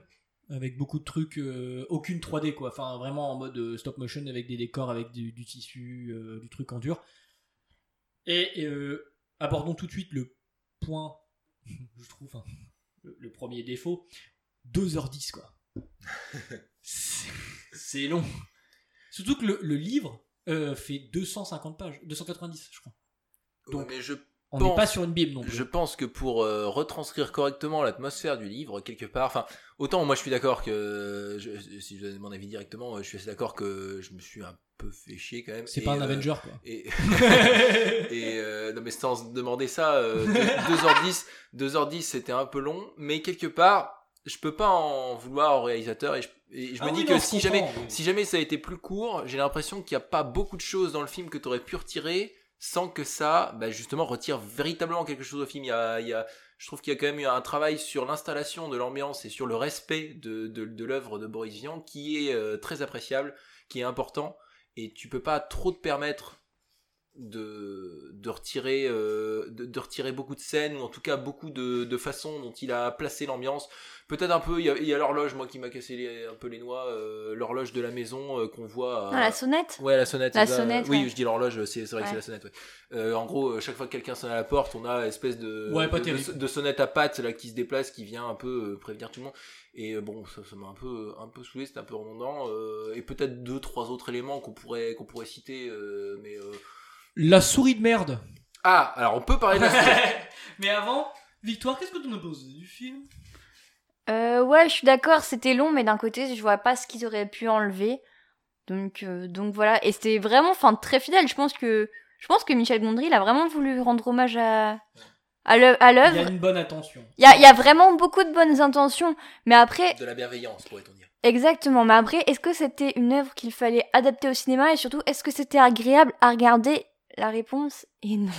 Speaker 1: avec beaucoup de trucs, euh, aucune 3D quoi. Enfin, vraiment en mode euh, stop motion avec des décors, avec du, du tissu, euh, du truc en dur. Et euh, abordons tout de suite le point, [LAUGHS] je trouve, hein, le, le premier défaut 2h10 quoi.
Speaker 8: [LAUGHS]
Speaker 1: C'est c'est long. Surtout que le, le livre euh, fait 250 pages, 290 je crois. Donc,
Speaker 8: Ouais, mais je
Speaker 1: On
Speaker 8: pense-
Speaker 1: n'est pas sur une bible non plus.
Speaker 8: Je pense que pour euh, retranscrire correctement l'atmosphère du livre, quelque part, enfin, autant moi je suis d'accord que, euh, je- je- si je donne mon avis directement, euh, je suis assez d'accord que je me suis un peu fait chier quand même.
Speaker 1: C'est
Speaker 8: Et,
Speaker 1: pas un
Speaker 8: euh,
Speaker 1: Avenger quoi.
Speaker 8: Et, et euh, non mais sans se demander ça, euh, 2h10, 2h10 c'était un peu long, mais quelque part, je peux pas en vouloir au réalisateur et je, et
Speaker 1: Ah
Speaker 8: je me dis que si jamais, si jamais ça a été plus court, j'ai l'impression qu'il n'y a pas beaucoup de choses dans le film que tu aurais pu retirer sans que ça, bah, justement, retire véritablement quelque chose au film. Il y a, il y a- je trouve qu'il y a quand même eu un travail sur l'installation de l'ambiance et sur le respect de, de, de l'œuvre de Boris Vian qui est euh, très appréciable, qui est important, et tu peux pas trop te permettre de, de retirer euh, de, de retirer beaucoup de scènes ou en tout cas beaucoup de, de façons dont il a placé l'ambiance peut-être un peu il y a, il y a l'horloge moi qui m'a cassé les- un peu les noix euh, l'horloge de la maison euh, qu'on voit à-
Speaker 7: Ah, la sonnette
Speaker 8: Ouais, la sonnette.
Speaker 7: La
Speaker 8: c'est ça.
Speaker 7: sonnette,
Speaker 8: Oui,
Speaker 7: ouais.
Speaker 8: je dis l'horloge, c'est c'est vrai que
Speaker 7: Ouais.
Speaker 8: c'est la sonnette. Ouais. Euh, en gros, euh, chaque fois que quelqu'un sonne à la porte, on a espèce de,
Speaker 1: Ouais, pas
Speaker 8: de,
Speaker 1: terrible.
Speaker 8: de- de sonnette à pattes là, qui se déplace, qui vient un peu euh, prévenir tout le monde. Et euh, bon, ça ça m'a un peu, euh, un peu saoulé, c'était un peu redondant. euh, et peut-être deux, trois autres éléments qu'on pourrait, qu'on pourrait citer. euh, mais euh,
Speaker 1: La souris de merde.
Speaker 8: Ah, alors on
Speaker 7: [LAUGHS]
Speaker 8: peut parler de la sonnette.
Speaker 1: [LAUGHS] Mais avant, Victoire, qu'est-ce que tu nous penses du film
Speaker 7: Euh, ouais, je suis d'accord, c'était long, mais d'un côté, je vois pas ce qu'ils auraient pu enlever. Donc, euh, donc voilà. Et c'était vraiment, enfin, très fidèle. Je pense que, je pense que Michel Gondry, il a vraiment voulu rendre hommage à, à l'œ- à
Speaker 1: Il y a
Speaker 7: l'œuvre.
Speaker 1: une bonne attention.
Speaker 7: Il y a, il y a vraiment beaucoup de bonnes intentions. Mais après,
Speaker 8: de la bienveillance, pourrait-on dire.
Speaker 7: exactement. Mais après, est-ce que c'était une œuvre qu'il fallait adapter au cinéma et surtout, est-ce que c'était agréable à regarder? La réponse est non.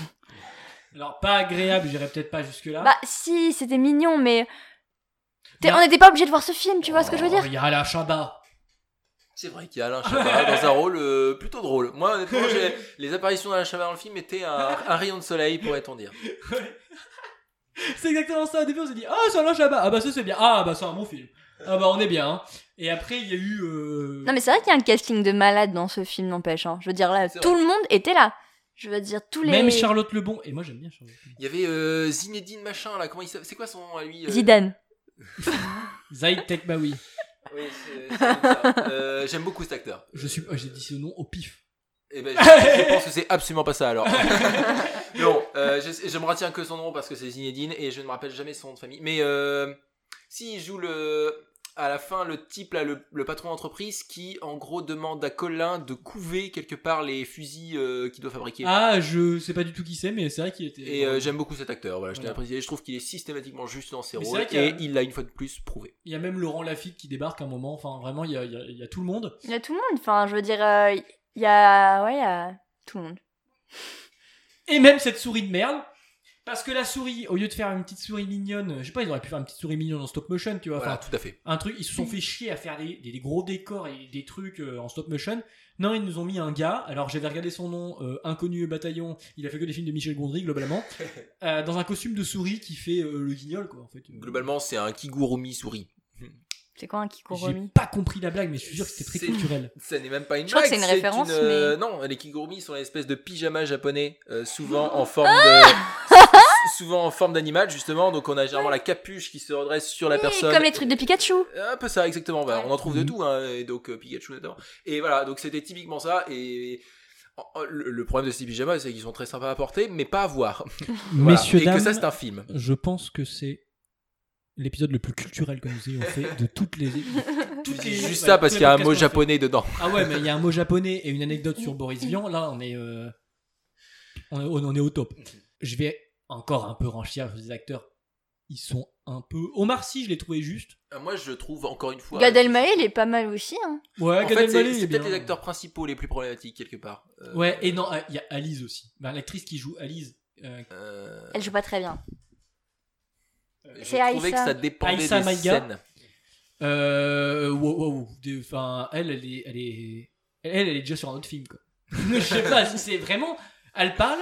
Speaker 1: Alors, pas agréable, j'irai peut-être pas jusque-là.
Speaker 7: Bah, si, c'était mignon, mais t'es-
Speaker 1: Mais-
Speaker 7: on n'était pas obligé de voir ce film, tu vois ce que je veux dire?
Speaker 1: Oh, Il y a la chada.
Speaker 8: C'est vrai qu'il y a Alain Chabat dans un rôle euh, plutôt drôle. Moi, honnêtement, j'ai- les apparitions d'Alain Chabat dans le film étaient un, un rayon de soleil, pourrait-on dire.
Speaker 1: c'est exactement ça. Au début, on s'est dit Ah, c'est Alain Chabat. Ah, bah ça, c'est bien. Ah, bah c'est un bon film. Ah, bah on est bien. hein. Et après, il y a eu. euh,
Speaker 8: Mm.
Speaker 7: Non mais c'est vrai qu'il y a un casting de malade dans ce film, n'empêche. hein. Je veux dire là,
Speaker 8: C'est
Speaker 7: tout le monde était là. Je veux dire tous les.
Speaker 1: Même Charlotte Lebon. Et moi, j'aime bien Charlotte Lebon.
Speaker 8: Il y avait euh, Zinedine machin là, comment il s'appelle C'est quoi son nom à lui euh
Speaker 7: Zidane.
Speaker 1: Zaid Tekbaoui.
Speaker 8: Oui, c'est- c'est comme ça. Euh, J'aime beaucoup cet acteur.
Speaker 1: Je suis. oh, J'ai dit ce nom au pif.
Speaker 8: Eh ben, je, je pense que c'est absolument pas ça alors. [LAUGHS] non, euh, je, je me retiens que son nom parce que c'est Zinedine et je ne me rappelle jamais son nom de famille. Mais euh, si il joue le à la fin le type là, le, le patron d'entreprise qui en gros demande à Colin de couver quelque part les fusils euh, qu'il doit fabriquer.
Speaker 1: Ah, je sais pas du tout qui c'est, mais c'est vrai qu'il était.
Speaker 8: Et euh, j'aime beaucoup cet acteur, voilà, je
Speaker 1: Voilà.
Speaker 8: t'ai apprécié. Je trouve qu'il est systématiquement juste dans ses
Speaker 1: Mais c'est
Speaker 8: rôles
Speaker 1: vrai qu'il y a-
Speaker 8: et il l'a une fois de plus prouvé.
Speaker 1: Il y a même Laurent Lafitte qui débarque à un moment. Enfin, vraiment, il y a, il y a- il y a tout le monde.
Speaker 7: Il y a tout le monde. Enfin, je veux dire, euh, il y a, ouais, il y a tout le monde.
Speaker 1: Et même cette souris de merde. Parce que la souris, au lieu de faire une petite souris mignonne, je sais pas, ils auraient pu faire une petite souris mignonne en stop motion, tu vois.
Speaker 8: Voilà,
Speaker 1: Enfin,
Speaker 8: tout à fait.
Speaker 1: un truc, ils se sont fait chier à faire des, des- des gros décors et des trucs euh, en stop motion. Non, ils nous ont mis un gars, alors j'avais regardé son nom, euh, Inconnu au Bataillon, il a fait que des films de Michel Gondry
Speaker 8: [LAUGHS]
Speaker 1: globalement, euh, dans un costume de souris qui fait euh, le guignol quoi en fait.
Speaker 8: Globalement, c'est un Kigurumi souris.
Speaker 7: C'est quoi un
Speaker 1: J'ai
Speaker 7: Kikurumi
Speaker 1: pas compris la blague, mais je suis sûr que c'était très
Speaker 8: C'est-
Speaker 1: culturel.
Speaker 8: Ça n'est même pas une
Speaker 7: Je crois que
Speaker 8: blague,
Speaker 7: c'est une référence,
Speaker 8: euh,
Speaker 7: mais-
Speaker 8: Non, les kigurumi sont une espèce de pyjama japonais, euh, souvent en forme
Speaker 7: Ah [LAUGHS]
Speaker 8: de... souvent en forme d'animal, justement. Donc on a généralement la capuche qui se redresse sur la
Speaker 7: Oui,
Speaker 8: personne. Euh,
Speaker 7: Comme les trucs de Pikachu. [LAUGHS]
Speaker 8: Un peu ça, exactement. Voilà,
Speaker 7: Ouais.
Speaker 8: On en trouve de
Speaker 1: Mhm.
Speaker 8: tout, hein, et donc euh, Pikachu notamment. Et voilà, donc c'était typiquement ça. Et en- en- le le problème de ces pyjamas, c'est qu'ils sont
Speaker 1: [LAUGHS]
Speaker 8: très sympas à porter, mais pas à voir. Voilà.
Speaker 1: Messieurs,
Speaker 8: et
Speaker 1: dames,
Speaker 8: que ça, c'est un film.
Speaker 1: je pense que c'est
Speaker 9: l'épisode le plus culturel que nous ayons fait de toutes
Speaker 8: [LAUGHS]
Speaker 9: les.
Speaker 8: Je
Speaker 1: Toutes
Speaker 8: dis
Speaker 1: les-
Speaker 8: juste
Speaker 1: ouais,
Speaker 8: ça parce
Speaker 1: tous les
Speaker 8: qu'il y a un
Speaker 1: podcasts
Speaker 8: mot
Speaker 1: qu'on fait.
Speaker 8: japonais dedans.
Speaker 1: Ah ouais, mais il y a un mot japonais et une anecdote sur Boris Vian. Là, on est, euh, on, est, on est au top. Je vais encore un peu renchir sur les acteurs. Ils sont un peu. Omar Sy, je l'ai trouvé juste.
Speaker 8: Euh, Moi, je trouve encore une fois.
Speaker 7: Gad Elmaleh, il est pas mal aussi. Hein.
Speaker 1: Ouais,
Speaker 8: En
Speaker 1: Gad
Speaker 8: fait,
Speaker 1: Elmaleh,
Speaker 8: c'est-
Speaker 1: il est
Speaker 8: c'est peut-être
Speaker 1: bien.
Speaker 8: les acteurs principaux les plus problématiques quelque part. Euh,
Speaker 1: Ouais, et non, euh, il y a Alice aussi. Ben, L'actrice qui joue Alice. euh,
Speaker 8: euh,
Speaker 7: Elle joue pas très bien.
Speaker 8: je
Speaker 7: C'est
Speaker 8: trouvais
Speaker 7: Aïssa.
Speaker 8: que ça dépendait
Speaker 1: Aïssa
Speaker 8: des
Speaker 1: Maïga.
Speaker 8: scènes.
Speaker 1: Euh, wow, wow, des- enfin, elle, elle est, elle est, elle, elle est déjà sur un autre film, quoi. [LAUGHS] Je sais pas, si c'est vraiment, elle parle,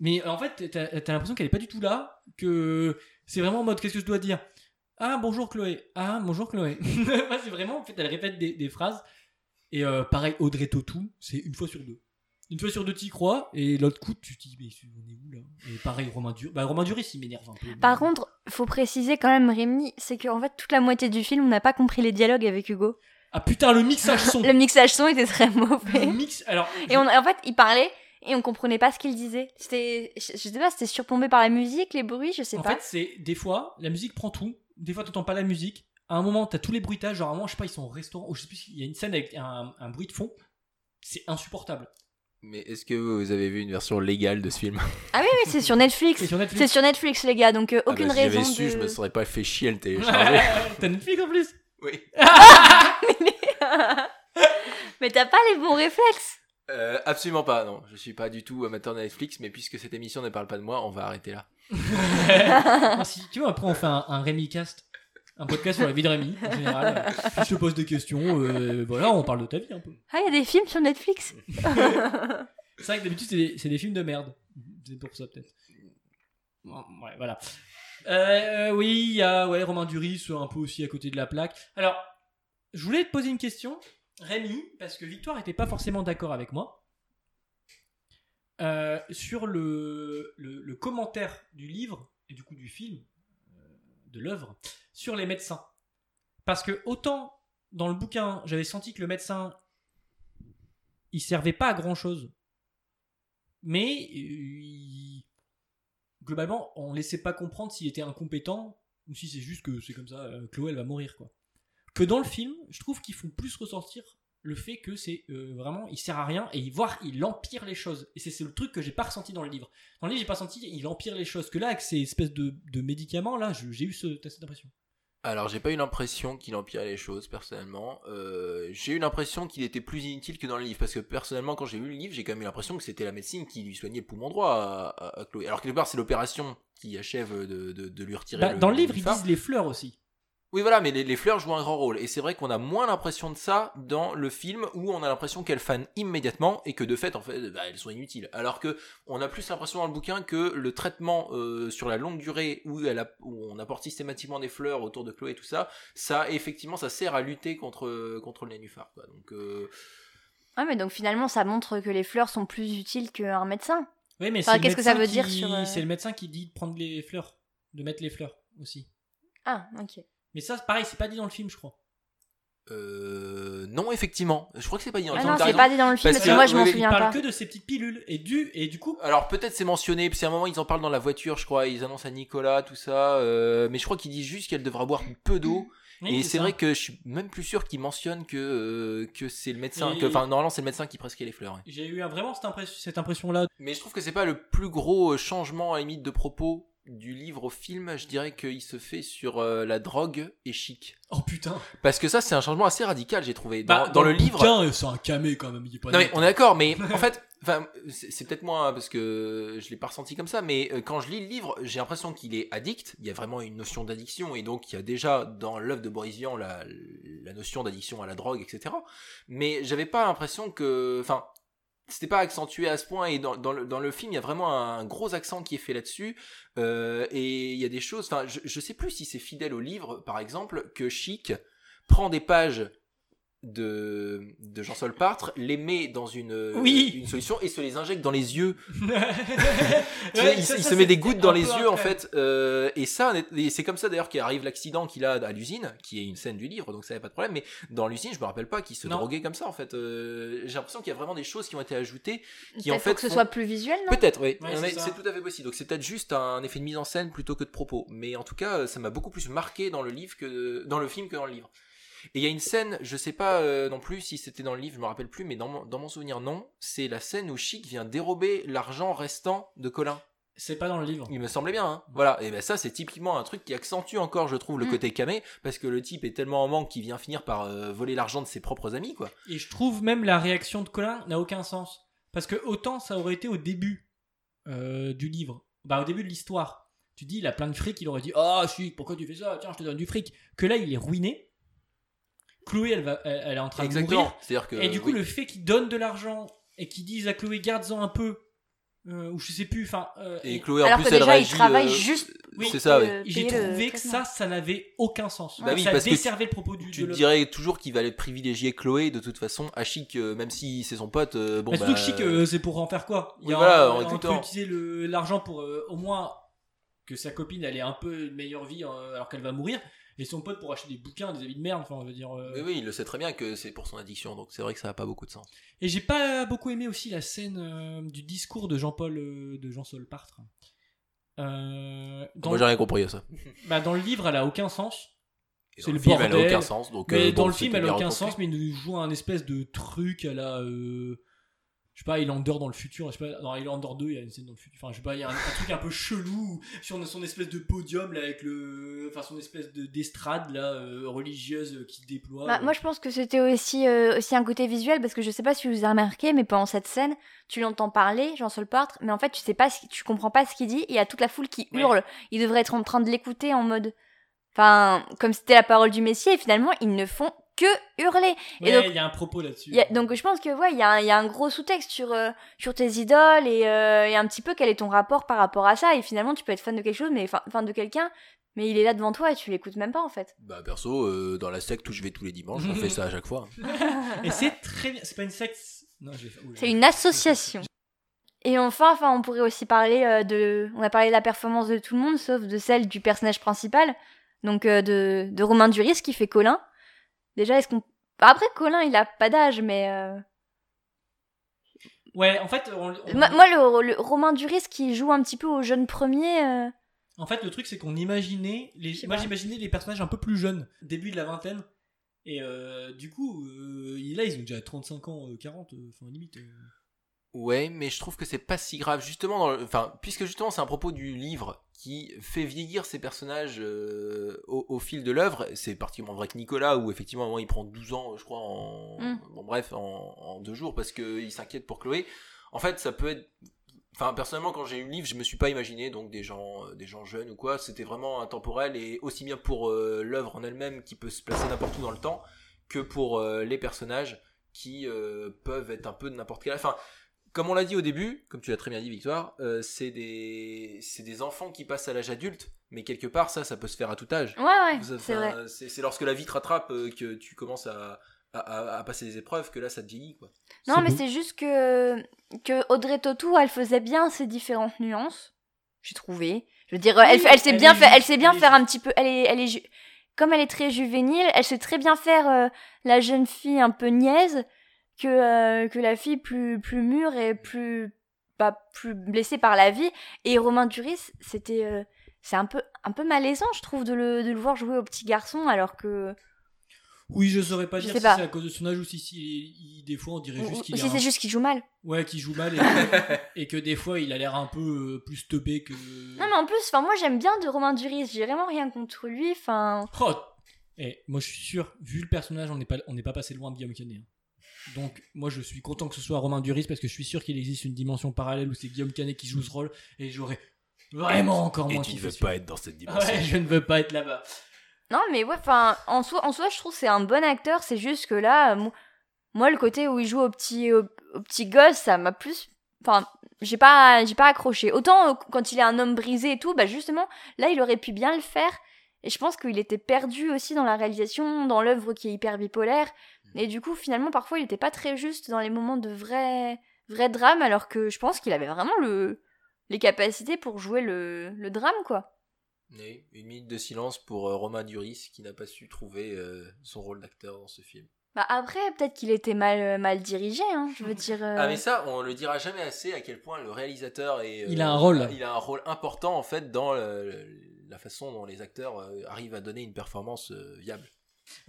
Speaker 1: mais en fait, t'as t'as l'impression qu'elle est pas du tout là, que c'est vraiment en mode, qu'est-ce que je dois dire Ah bonjour Chloé, ah bonjour Chloé. [LAUGHS] Moi, c'est vraiment, en fait, elle répète des, des phrases. Et euh, pareil, Audrey Tautou, c'est une fois sur deux. Une fois sur deux, t'y crois, et l'autre coup, tu te dis, mais on est où là Et pareil, Romain Duris, bah Romain Duris, il m'énerve un peu.
Speaker 7: Par contre, faut préciser quand même, Rémi, c'est qu'en fait, toute la moitié du film, on n'a pas compris les dialogues avec Hugo.
Speaker 1: ah putain, le mixage son.
Speaker 7: Le mixage son était très
Speaker 1: Le
Speaker 7: mauvais.
Speaker 1: mix, alors.
Speaker 7: Et on, en fait, il parlait et on comprenait pas ce qu'il disait. C'était, je, je sais pas, c'était surplombé par la musique, les bruits, je sais
Speaker 1: En
Speaker 7: pas.
Speaker 1: fait, c'est des fois, la musique prend tout. Des fois, t'entends pas la musique. À un moment, t'as tous les bruitages. Genre, à un moment, je sais pas, ils sont au restaurant. Ou je sais plus, il y a une scène avec un, un bruit de fond. C'est
Speaker 7: [LAUGHS]
Speaker 1: insupportable.
Speaker 8: Mais est-ce que vous avez vu une version légale de ce film
Speaker 7: Ah oui, oui, c'est sur Netflix.
Speaker 1: C'est sur
Speaker 7: C'est
Speaker 1: Netflix.
Speaker 7: sur Netflix, les gars, donc euh,
Speaker 8: Ah
Speaker 7: aucune
Speaker 8: bah, si
Speaker 7: raison.
Speaker 8: J'avais su,
Speaker 7: de-
Speaker 8: je me serais pas fait
Speaker 1: [LAUGHS]
Speaker 8: chier à le télécharger.
Speaker 1: T'as Netflix en plus
Speaker 8: oui.
Speaker 7: [LAUGHS] Mais t'as pas les bons réflexes.
Speaker 8: Euh, absolument pas, non. Je suis pas du tout amateur de Netflix, mais puisque cette émission ne parle pas de moi, on va arrêter là.
Speaker 1: Non, si tu veux, après, on fait un, un Rémi Cast. Un podcast sur la vie de Rémi, en général.
Speaker 7: [LAUGHS]
Speaker 1: Je te pose des questions. euh, voilà, on parle de ta vie un peu.
Speaker 7: Ah, il y a des films sur Netflix.
Speaker 1: C'est vrai que d'habitude, c'est des, c'est des films de merde. C'est pour ça, peut-être. Bon, Ouais, voilà. Euh, euh, oui, il y a ouais, Romain Duris, euh, un peu aussi à côté de la plaque. Alors, je voulais te poser une question, Rémi, parce que Victoire n'était pas forcément d'accord avec moi. Euh, sur le, le, le commentaire du livre et du coup du film, euh, de l'œuvre, sur les médecins. Parce que autant dans le bouquin, j'avais senti que le médecin, il servait pas à grand chose mais euh, il- globalement, on laissait pas comprendre s'il était incompétent ou si c'est juste que c'est comme ça, euh, Chloé elle va mourir quoi. Que dans le film, je trouve qu'ils font plus ressortir le fait que c'est euh, vraiment, il sert à rien et voire il empire les choses. Et c'est- c'est le truc que j'ai pas ressenti dans le livre. Dans le livre, j'ai pas senti, il empire les choses. Que là, avec ces espèces de, de médicaments là, je- j'ai eu ce- cette impression.
Speaker 8: Alors, j'ai pas eu l'impression qu'il empirait les choses, personnellement. Euh, j'ai eu l'impression qu'il était plus inutile que dans le livre, parce que personnellement, quand j'ai lu le livre, j'ai quand même eu l'impression que c'était la médecine qui lui soignait le poumon droit à, à- à Chloé. Alors, quelque part, c'est l'opération qui achève de, de- de lui retirer
Speaker 1: Bah,
Speaker 8: le
Speaker 1: dans le livre, ils
Speaker 8: phare.
Speaker 1: disent les fleurs aussi.
Speaker 8: Oui, voilà, mais les, les fleurs jouent un grand rôle. Et c'est vrai qu'on a moins l'impression de ça dans le film où on a l'impression qu'elles fanent immédiatement et que de fait, en fait, bah, elles sont inutiles. Alors que on a plus l'impression dans le bouquin que le traitement euh, sur la longue durée où, elle a- où on apporte systématiquement des fleurs autour de Chloé et tout ça, ça effectivement, ça sert à lutter contre euh, contre le nénuphar. Quoi. Donc euh,
Speaker 7: Ah, mais donc finalement, ça montre que les fleurs sont plus utiles qu'un médecin.
Speaker 1: Oui, mais
Speaker 7: Enfin,
Speaker 1: c'est le
Speaker 7: qu'est-ce que ça
Speaker 1: médecin
Speaker 7: veut dire
Speaker 1: qui-
Speaker 7: sur, euh,
Speaker 1: C'est le médecin qui dit de prendre les fleurs, de mettre les fleurs aussi.
Speaker 7: Ah, ok.
Speaker 1: Mais ça, c'est pareil, c'est pas dit dans le film, je crois.
Speaker 8: euh, non, effectivement, je crois que c'est pas dit. dans le
Speaker 7: Ah
Speaker 8: film,
Speaker 7: non,
Speaker 8: t'as
Speaker 7: c'est
Speaker 8: raison.
Speaker 7: pas dit dans le film
Speaker 8: Parce
Speaker 7: parce
Speaker 8: que,
Speaker 7: que moi, je
Speaker 8: oui,
Speaker 7: m'en
Speaker 8: oui,
Speaker 1: Il
Speaker 7: souviens pas.
Speaker 1: parle que de ces petites pilules et du et du coup
Speaker 8: Alors peut-être c'est mentionné, puis à un moment ils en parlent dans la voiture, je crois, ils annoncent à Nicolas, tout ça, euh, mais je crois qu'ils disent juste qu'elle devra boire peu d'eau.
Speaker 1: oui,
Speaker 8: Et c'est
Speaker 1: ça.
Speaker 8: vrai que je suis même plus sûr qu'ils mentionnent que, euh, que c'est le médecin,
Speaker 1: Et-
Speaker 8: que, enfin normalement c'est le médecin qui prescrit les fleurs. ouais.
Speaker 1: j'ai eu un- vraiment cette impression cette impression là
Speaker 8: Mais je trouve que c'est pas le plus gros euh, changement à la limite de propos du livre au film, je dirais qu'il se fait sur euh, la drogue et chic.
Speaker 1: oh putain
Speaker 8: Parce que ça c'est un changement assez radical j'ai trouvé. Dans, Bah, dans le livre...
Speaker 1: bouquin, c'est un camé quand même il est pas
Speaker 8: Non mais
Speaker 1: net. [LAUGHS]
Speaker 8: on est d'accord, mais en fait, enfin, c'est c'est peut-être moi hein, parce que je l'ai pas ressenti comme ça, mais euh, quand je lis le livre, j'ai l'impression qu'il est addict. Il y a vraiment une notion d'addiction et donc il y a déjà dans l'œuvre de Boris Vian la, la notion d'addiction à la drogue, etc. Mais j'avais pas l'impression que, enfin, c'était pas accentué à ce point et dans, dans le, dans le film il y a vraiment un gros accent qui est fait là-dessus euh, et il y a des choses enfin je, je sais plus si c'est fidèle au livre par exemple que Chic prend des pages de, de Jean-Saul Partre les met dans une,
Speaker 1: Oui.
Speaker 8: une solution et se les injecte dans les yeux. Tu vois,
Speaker 1: Ouais,
Speaker 8: il
Speaker 1: ça,
Speaker 8: se- il
Speaker 1: ça,
Speaker 8: se met
Speaker 1: c'est-
Speaker 8: des gouttes dans
Speaker 1: un
Speaker 8: les
Speaker 1: peu
Speaker 8: yeux en
Speaker 1: incroyable.
Speaker 8: fait. Euh, et ça, honnête- et c'est comme ça d'ailleurs qu'arrive l'accident qu'il a à l'usine, qui est une scène du livre, donc ça n'a pas de problème. Mais dans l'usine, je me rappelle pas qu'il se
Speaker 1: Non.
Speaker 8: droguait comme ça en fait. Euh, J'ai l'impression qu'il y a vraiment des choses qui ont été ajoutées. Qui, en
Speaker 7: Peut-être
Speaker 8: fait,
Speaker 7: pour que ce
Speaker 8: font-
Speaker 7: soit plus visuel, non
Speaker 8: Peut-être, oui.
Speaker 1: Ouais, c'est
Speaker 8: Mais
Speaker 1: ça.
Speaker 8: c'est tout à fait possible. Donc c'est peut-être juste un effet de mise en scène plutôt que de propos. Mais en tout cas, ça m'a beaucoup plus marqué dans le livre que dans le film que dans le livre. Et il y a une scène, je sais pas euh, non plus si c'était dans le livre, je me rappelle plus, mais dans mon, dans mon souvenir non, c'est la scène où Chic vient dérober l'argent restant de Colin.
Speaker 1: C'est pas dans le livre.
Speaker 8: Il me semblait bien, hein. voilà. Et ben ça, c'est typiquement un truc qui accentue encore, je trouve, le
Speaker 7: Mm.
Speaker 8: côté camé, parce que le type est tellement en manque qu'il vient finir par euh, voler l'argent de ses propres amis, quoi.
Speaker 1: Et je trouve même la réaction de Colin n'a aucun sens. Parce que autant ça aurait été au début euh, du livre, bah, au début de l'histoire. Tu dis, il a plein de fric, il aurait dit Ah, si, pourquoi tu fais ça Tiens, je te donne du fric. Que là, il est ruiné. Chloé, elle, va, elle, elle est en train de mourir.
Speaker 8: C'est-à-dire que
Speaker 1: Et du coup,
Speaker 8: oui.
Speaker 1: le fait qu'il donne de l'argent et qu'il dise à Chloé, garde-en un peu, euh, ou je sais plus, enfin. euh,
Speaker 8: Et
Speaker 1: et-
Speaker 8: Chloé, en
Speaker 7: Alors
Speaker 8: plus,
Speaker 7: que
Speaker 8: elle
Speaker 7: déjà, il
Speaker 8: réagit.
Speaker 7: travaille
Speaker 8: euh,
Speaker 7: juste.
Speaker 1: Oui,
Speaker 8: c'est ça,
Speaker 7: pour
Speaker 8: ouais.
Speaker 7: le-
Speaker 1: J'ai
Speaker 7: payer le
Speaker 1: trouvé que
Speaker 7: traitement.
Speaker 1: ça, ça n'avait aucun sens.
Speaker 8: Bah oui,
Speaker 1: ça
Speaker 8: parce que
Speaker 1: desservait le propos du.
Speaker 8: Tu
Speaker 1: de
Speaker 8: te
Speaker 1: l'œuvre.
Speaker 8: dirais toujours qu'il valait privilégier Chloé de toute façon à Chic, euh, même si c'est son pote. euh, bon,
Speaker 1: Mais surtout
Speaker 8: bah,
Speaker 1: que chic, euh, c'est pour en faire quoi Il y
Speaker 8: oui,
Speaker 1: a
Speaker 8: voilà,
Speaker 1: un-
Speaker 8: en
Speaker 1: on
Speaker 8: écoutant.
Speaker 1: peut utiliser le- l'argent pour euh, au moins que sa copine elle ait un peu une meilleure vie euh, alors qu'elle va mourir, et son pote pour acheter des bouquins, des habits de merde. Enfin, on veut dire. euh.
Speaker 8: oui, oui, il le sait très bien que c'est pour son addiction, donc c'est vrai que ça n'a pas beaucoup de sens.
Speaker 1: Et j'ai pas beaucoup aimé aussi la scène euh, du discours de Jean-Paul, euh, de Jean-Saul Partre. Euh, dans,
Speaker 8: Moi, j'ai rien compris à ça.
Speaker 1: bah, dans le livre, elle a aucun sens.
Speaker 8: Et
Speaker 1: C'est
Speaker 8: dans
Speaker 1: le
Speaker 8: film, elle a
Speaker 1: bordel.
Speaker 8: aucun sens. Donc,
Speaker 1: Mais
Speaker 8: euh,
Speaker 1: dans
Speaker 8: bon,
Speaker 1: le film,
Speaker 8: c'était
Speaker 1: elle
Speaker 8: bien
Speaker 1: a aucun
Speaker 8: reconstruit.
Speaker 1: sens, mais il nous joue un espèce de truc à la. euh, je sais pas, Highlander dans le futur. Je sais pas, dans Highlander 2, il y a une scène dans le futur. Enfin, je sais pas, il y a un, un truc un peu chelou sur son espèce de podium, là, avec le. Enfin, son espèce de- d'estrade, là, euh, religieuse euh, qui déploie.
Speaker 7: Bah, moi, je pense que c'était aussi, euh, aussi un côté visuel parce que je sais pas si vous avez remarqué, mais pendant cette scène, tu l'entends parler, Jean Saul Partre, mais en fait, tu sais pas, ce qui- tu comprends pas ce qu'il dit. et Il y a toute la foule qui
Speaker 1: Ouais.
Speaker 7: hurle. Il devrait être en train de l'écouter en mode, enfin, comme c'était la parole du Messie. Et finalement, ils ne font que hurler.
Speaker 1: Ouais,
Speaker 7: et donc-
Speaker 1: il y a un propos là-dessus.
Speaker 7: Il y a- donc, je pense que ouais, il y, a un- il y a un gros sous-texte sur euh, sur tes idoles et, euh, et un petit peu quel est ton rapport par rapport à ça. Et finalement, tu peux être fan de quelque chose, mais fin, fan de quelqu'un, mais il est là devant toi et tu l'écoutes même pas en
Speaker 8: [LAUGHS]
Speaker 7: fait.
Speaker 8: Bah, perso, euh, dans la secte où je vais tous les dimanches,
Speaker 1: [LAUGHS]
Speaker 8: on fait ça à chaque fois.
Speaker 1: Et c'est très bien. C'est pas une secte. Non, j'ai fait- oula.
Speaker 7: C'est une association. Et enfin, enfin, on pourrait aussi parler euh, de. On a parlé de la performance de tout le monde, sauf de celle du personnage principal, donc euh, de, de Romain Duris qui fait Colin. Déjà, est-ce qu'on. Bah, Après, Colin, il a pas d'âge, mais. euh,
Speaker 1: Ouais, en fait, on- on-
Speaker 7: Moi, moi, le, le Romain Duris qui joue un petit peu au jeune premier. euh,
Speaker 1: En fait, le truc, c'est qu'on imaginait.
Speaker 7: Je
Speaker 1: Les...
Speaker 7: sais
Speaker 1: Moi,
Speaker 7: pas.
Speaker 1: j'imaginais les personnages un peu plus jeunes, début de la vingtaine. Et euh, du coup, euh, il- là, ils ont déjà 35 ans, euh, 40, euh, enfin, limite. euh.
Speaker 8: Ouais, mais je trouve que c'est pas si grave, justement, dans le- enfin, puisque justement c'est un propos du livre qui fait vieillir ses personnages euh, au, au fil de l'œuvre. C'est particulièrement vrai que Nicolas, où effectivement, à un moment, il prend 12 ans, je crois, en,
Speaker 7: Mm.
Speaker 8: bon, bref, en, en deux jours, parce qu'il s'inquiète pour Chloé. En fait, ça peut être, enfin, personnellement, quand j'ai lu le livre, je me suis pas imaginé donc des gens, euh, des gens jeunes ou quoi. C'était vraiment intemporel et aussi bien pour euh, l'œuvre en elle-même qui peut se placer n'importe où dans le temps que pour euh, les personnages qui euh, peuvent être un peu de n'importe quelle. Enfin, comme on l'a dit au début, comme tu l'as très bien dit Victoire, euh, c'est des c'est des enfants qui passent à l'âge adulte, mais quelque part ça ça peut se faire à tout âge.
Speaker 7: Ouais, ouais,
Speaker 8: Ça,
Speaker 7: c'est
Speaker 8: enfin,
Speaker 7: vrai.
Speaker 8: c'est c'est lorsque la vie te rattrape euh, que tu commences à, à- à, à passer des épreuves que là ça te vieillit quoi.
Speaker 7: Non, mais
Speaker 9: beau.
Speaker 7: c'est juste que, que Audrey Tautou, elle faisait bien ses différentes nuances. J'ai trouvé. Je veux dire, elle, fait- elle sait
Speaker 1: elle
Speaker 7: bien,
Speaker 1: est
Speaker 7: faire-
Speaker 1: ju-
Speaker 7: elle sait bien
Speaker 1: elle est
Speaker 7: faire
Speaker 1: ju-
Speaker 7: un petit peu. Elle est, elle est ju- comme elle est très juvénile, elle sait très bien faire euh, la jeune fille un peu niaise que, euh, que la fille plus, plus mûre et plus, bah, plus blessée par la vie. Et Romain Duris, c'était, euh, c'est un peu, un peu malaisant, je trouve, de le, de le voir jouer au petit garçon alors que.
Speaker 1: Oui, je saurais pas
Speaker 7: Je
Speaker 1: dire
Speaker 7: sais
Speaker 1: si c'est
Speaker 7: pas.
Speaker 1: à cause de son âge ou si, si- il- des fois on dirait
Speaker 7: Ou,
Speaker 1: juste
Speaker 7: ou
Speaker 1: qu'il
Speaker 7: si
Speaker 1: est
Speaker 7: c'est
Speaker 1: un-
Speaker 7: juste qu'il joue mal.
Speaker 1: ouais, qu'il joue
Speaker 7: [LAUGHS]
Speaker 1: mal et que, et que des fois il a l'air un peu euh, plus teubé que.
Speaker 7: Non mais en plus, enfin moi j'aime bien de Romain Duris, j'ai vraiment rien contre lui, enfin
Speaker 1: Oh Et moi, je suis sûr, vu le personnage, on n'est pas on n'est pas passé loin de Guillaume Canet. hein. Donc, moi, je suis content que ce soit Romain Duris parce que je suis sûr qu'il existe une dimension parallèle où c'est Guillaume Canet qui joue ce rôle et j'aurais vraiment encore moins kiffé ce film.
Speaker 8: être dans cette
Speaker 1: Ah Ouais, je ne veux pas être là-bas.
Speaker 7: non mais ouais, enfin en soi, en soi je trouve que c'est un bon acteur, c'est juste que là, euh, mo- moi le côté où il joue au petit au, au petit gosse, ça m'a plus, enfin j'ai pas j'ai pas accroché. Autant euh, quand il est un homme brisé et tout, bah justement là il aurait pu bien le faire. Et je pense qu'il était perdu aussi dans la réalisation, dans l'œuvre qui est hyper bipolaire. Et du coup, finalement, parfois, il n'était pas très juste dans les moments de vrai, vrai drame, alors que je pense qu'il avait vraiment le, les capacités pour jouer le, le drame, quoi.
Speaker 8: Oui, une minute de silence pour euh, Romain Duris qui n'a pas su trouver euh, son rôle d'acteur dans ce film.
Speaker 7: Bah après, peut-être qu'il était mal, mal dirigé, hein, je veux dire. euh,
Speaker 8: Ah mais ça, on le dira jamais assez à quel point le réalisateur est. euh,
Speaker 1: Il a un rôle.
Speaker 8: Il a un rôle important en fait dans le- la façon dont les acteurs euh, arrivent à donner une performance euh, viable.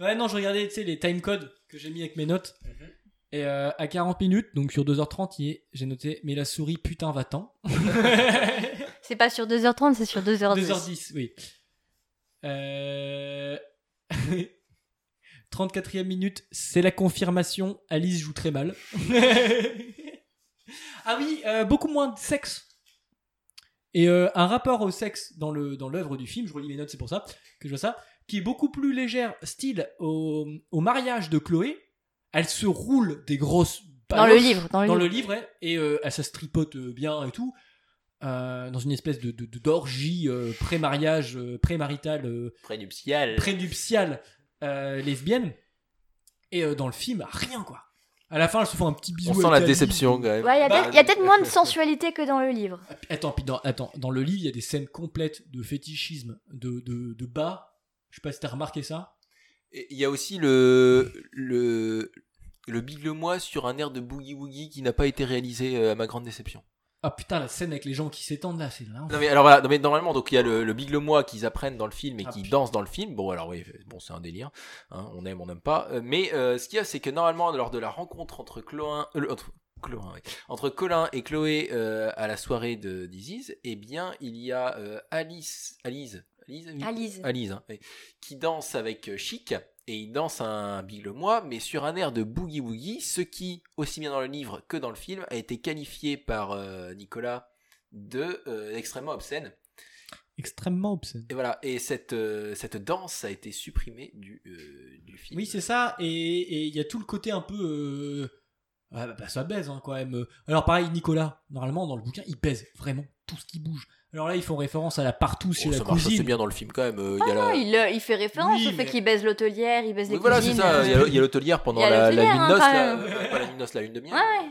Speaker 1: Ouais, non, je regardais, tu sais, les time codes que j'ai mis avec mes notes.
Speaker 8: Mhm.
Speaker 1: Et euh, à 40 minutes, donc sur 2h30, il est- j'ai noté, mais la souris, putain, va-t'en.
Speaker 7: C'est pas sur 2h30, c'est sur 2h10.
Speaker 1: 2h10, oui. Euh... [LAUGHS] 34e minute, c'est la confirmation. Alice joue très mal. [LAUGHS] ah oui, euh, beaucoup moins de sexe. Et euh, un rapport au sexe dans le dans l'œuvre du film, je relis mes notes, c'est pour ça que je vois ça, qui est beaucoup plus légère, style au, au mariage de Chloé. Elle se roule des grosses
Speaker 7: Dans le
Speaker 1: baloches
Speaker 7: livre, dans le
Speaker 1: dans
Speaker 7: livre.
Speaker 1: le livre ouais, et euh, elle, ça se tripote euh, bien et tout euh, dans une espèce de de- de- d'orgie euh, pré-mariage euh, pré-marital euh,
Speaker 8: Prénuptial.
Speaker 1: prénuptiale euh, lesbienne et euh, dans le film rien quoi à la fin elles se font un petit bisou
Speaker 8: On sent
Speaker 1: avec
Speaker 8: la
Speaker 1: vie.
Speaker 8: déception quand même.
Speaker 7: Ouais, il y a
Speaker 1: Bah,
Speaker 7: peut-être- il y a
Speaker 8: [LAUGHS]
Speaker 7: peut-être
Speaker 8: euh,
Speaker 7: moins de sensualité que dans le livre.
Speaker 1: attends Ah, puis dans, attends dans le livre il y a des scènes complètes de fétichisme de, de, de bas je sais pas si t'as remarqué ça
Speaker 8: Et Il y a aussi le le le Biglemois sur un air de boogie woogie qui n'a pas été réalisé euh, à ma grande déception.
Speaker 1: ah putain la scène avec les gens qui s'étendent là c'est là
Speaker 8: Non mais alors voilà, non mais normalement donc il y a le, le Biglemois qu'ils apprennent dans le film et
Speaker 1: Ah,
Speaker 8: qui
Speaker 1: putain.
Speaker 8: danse dans le film. Bon alors oui, bon c'est un délire, hein, on aime on n'aime pas. Euh, Mais euh, ce qu'il y a c'est que normalement lors de la rencontre entre Cloin, euh, le- entre, Cloin, ouais. entre Colin et Chloé euh, à la soirée de d'Isis, eh bien il y a euh, Alice, Alice, Alice, oui,
Speaker 7: Alice.
Speaker 8: Alice, hein, oui, qui danse avec euh, Chic et il danse un Biglemois mais sur un air de boogie woogie, ce qui aussi bien dans le livre que dans le film a été qualifié par euh, Nicolas de euh, extrêmement obscène.
Speaker 1: extrêmement obscène
Speaker 8: Et voilà, et cette, euh, cette danse a été supprimée du, euh, du film.
Speaker 1: Oui, c'est ça, et et il y a tout le côté un peu. euh, ah, bah, bah, ça baise hein, quand même. Alors, pareil, Nicolas, normalement dans le bouquin, il baise vraiment tout ce qui bouge. Alors là, ils font référence à la partout
Speaker 8: Oh,
Speaker 1: chez la
Speaker 8: ça marche assez
Speaker 1: cousine.
Speaker 8: bien dans le film quand même. euh, il y a la-
Speaker 7: Non, il, euh, il fait référence
Speaker 1: Oui,
Speaker 7: au fait
Speaker 1: mais-
Speaker 7: qu'il baise l'hôtelière, il baise
Speaker 8: Oui,
Speaker 7: les
Speaker 8: voilà, c'est
Speaker 7: cousines.
Speaker 8: ça.
Speaker 7: euh,
Speaker 8: Il y a- il y a l'hôtelière pendant
Speaker 7: Il y a
Speaker 8: la, la
Speaker 7: l'hôtelière,
Speaker 8: lune
Speaker 7: hein,
Speaker 8: noce,
Speaker 7: quand
Speaker 8: là,
Speaker 7: même.
Speaker 8: euh, pas la lune noce, la lune de miel.
Speaker 7: Ouais, ouais.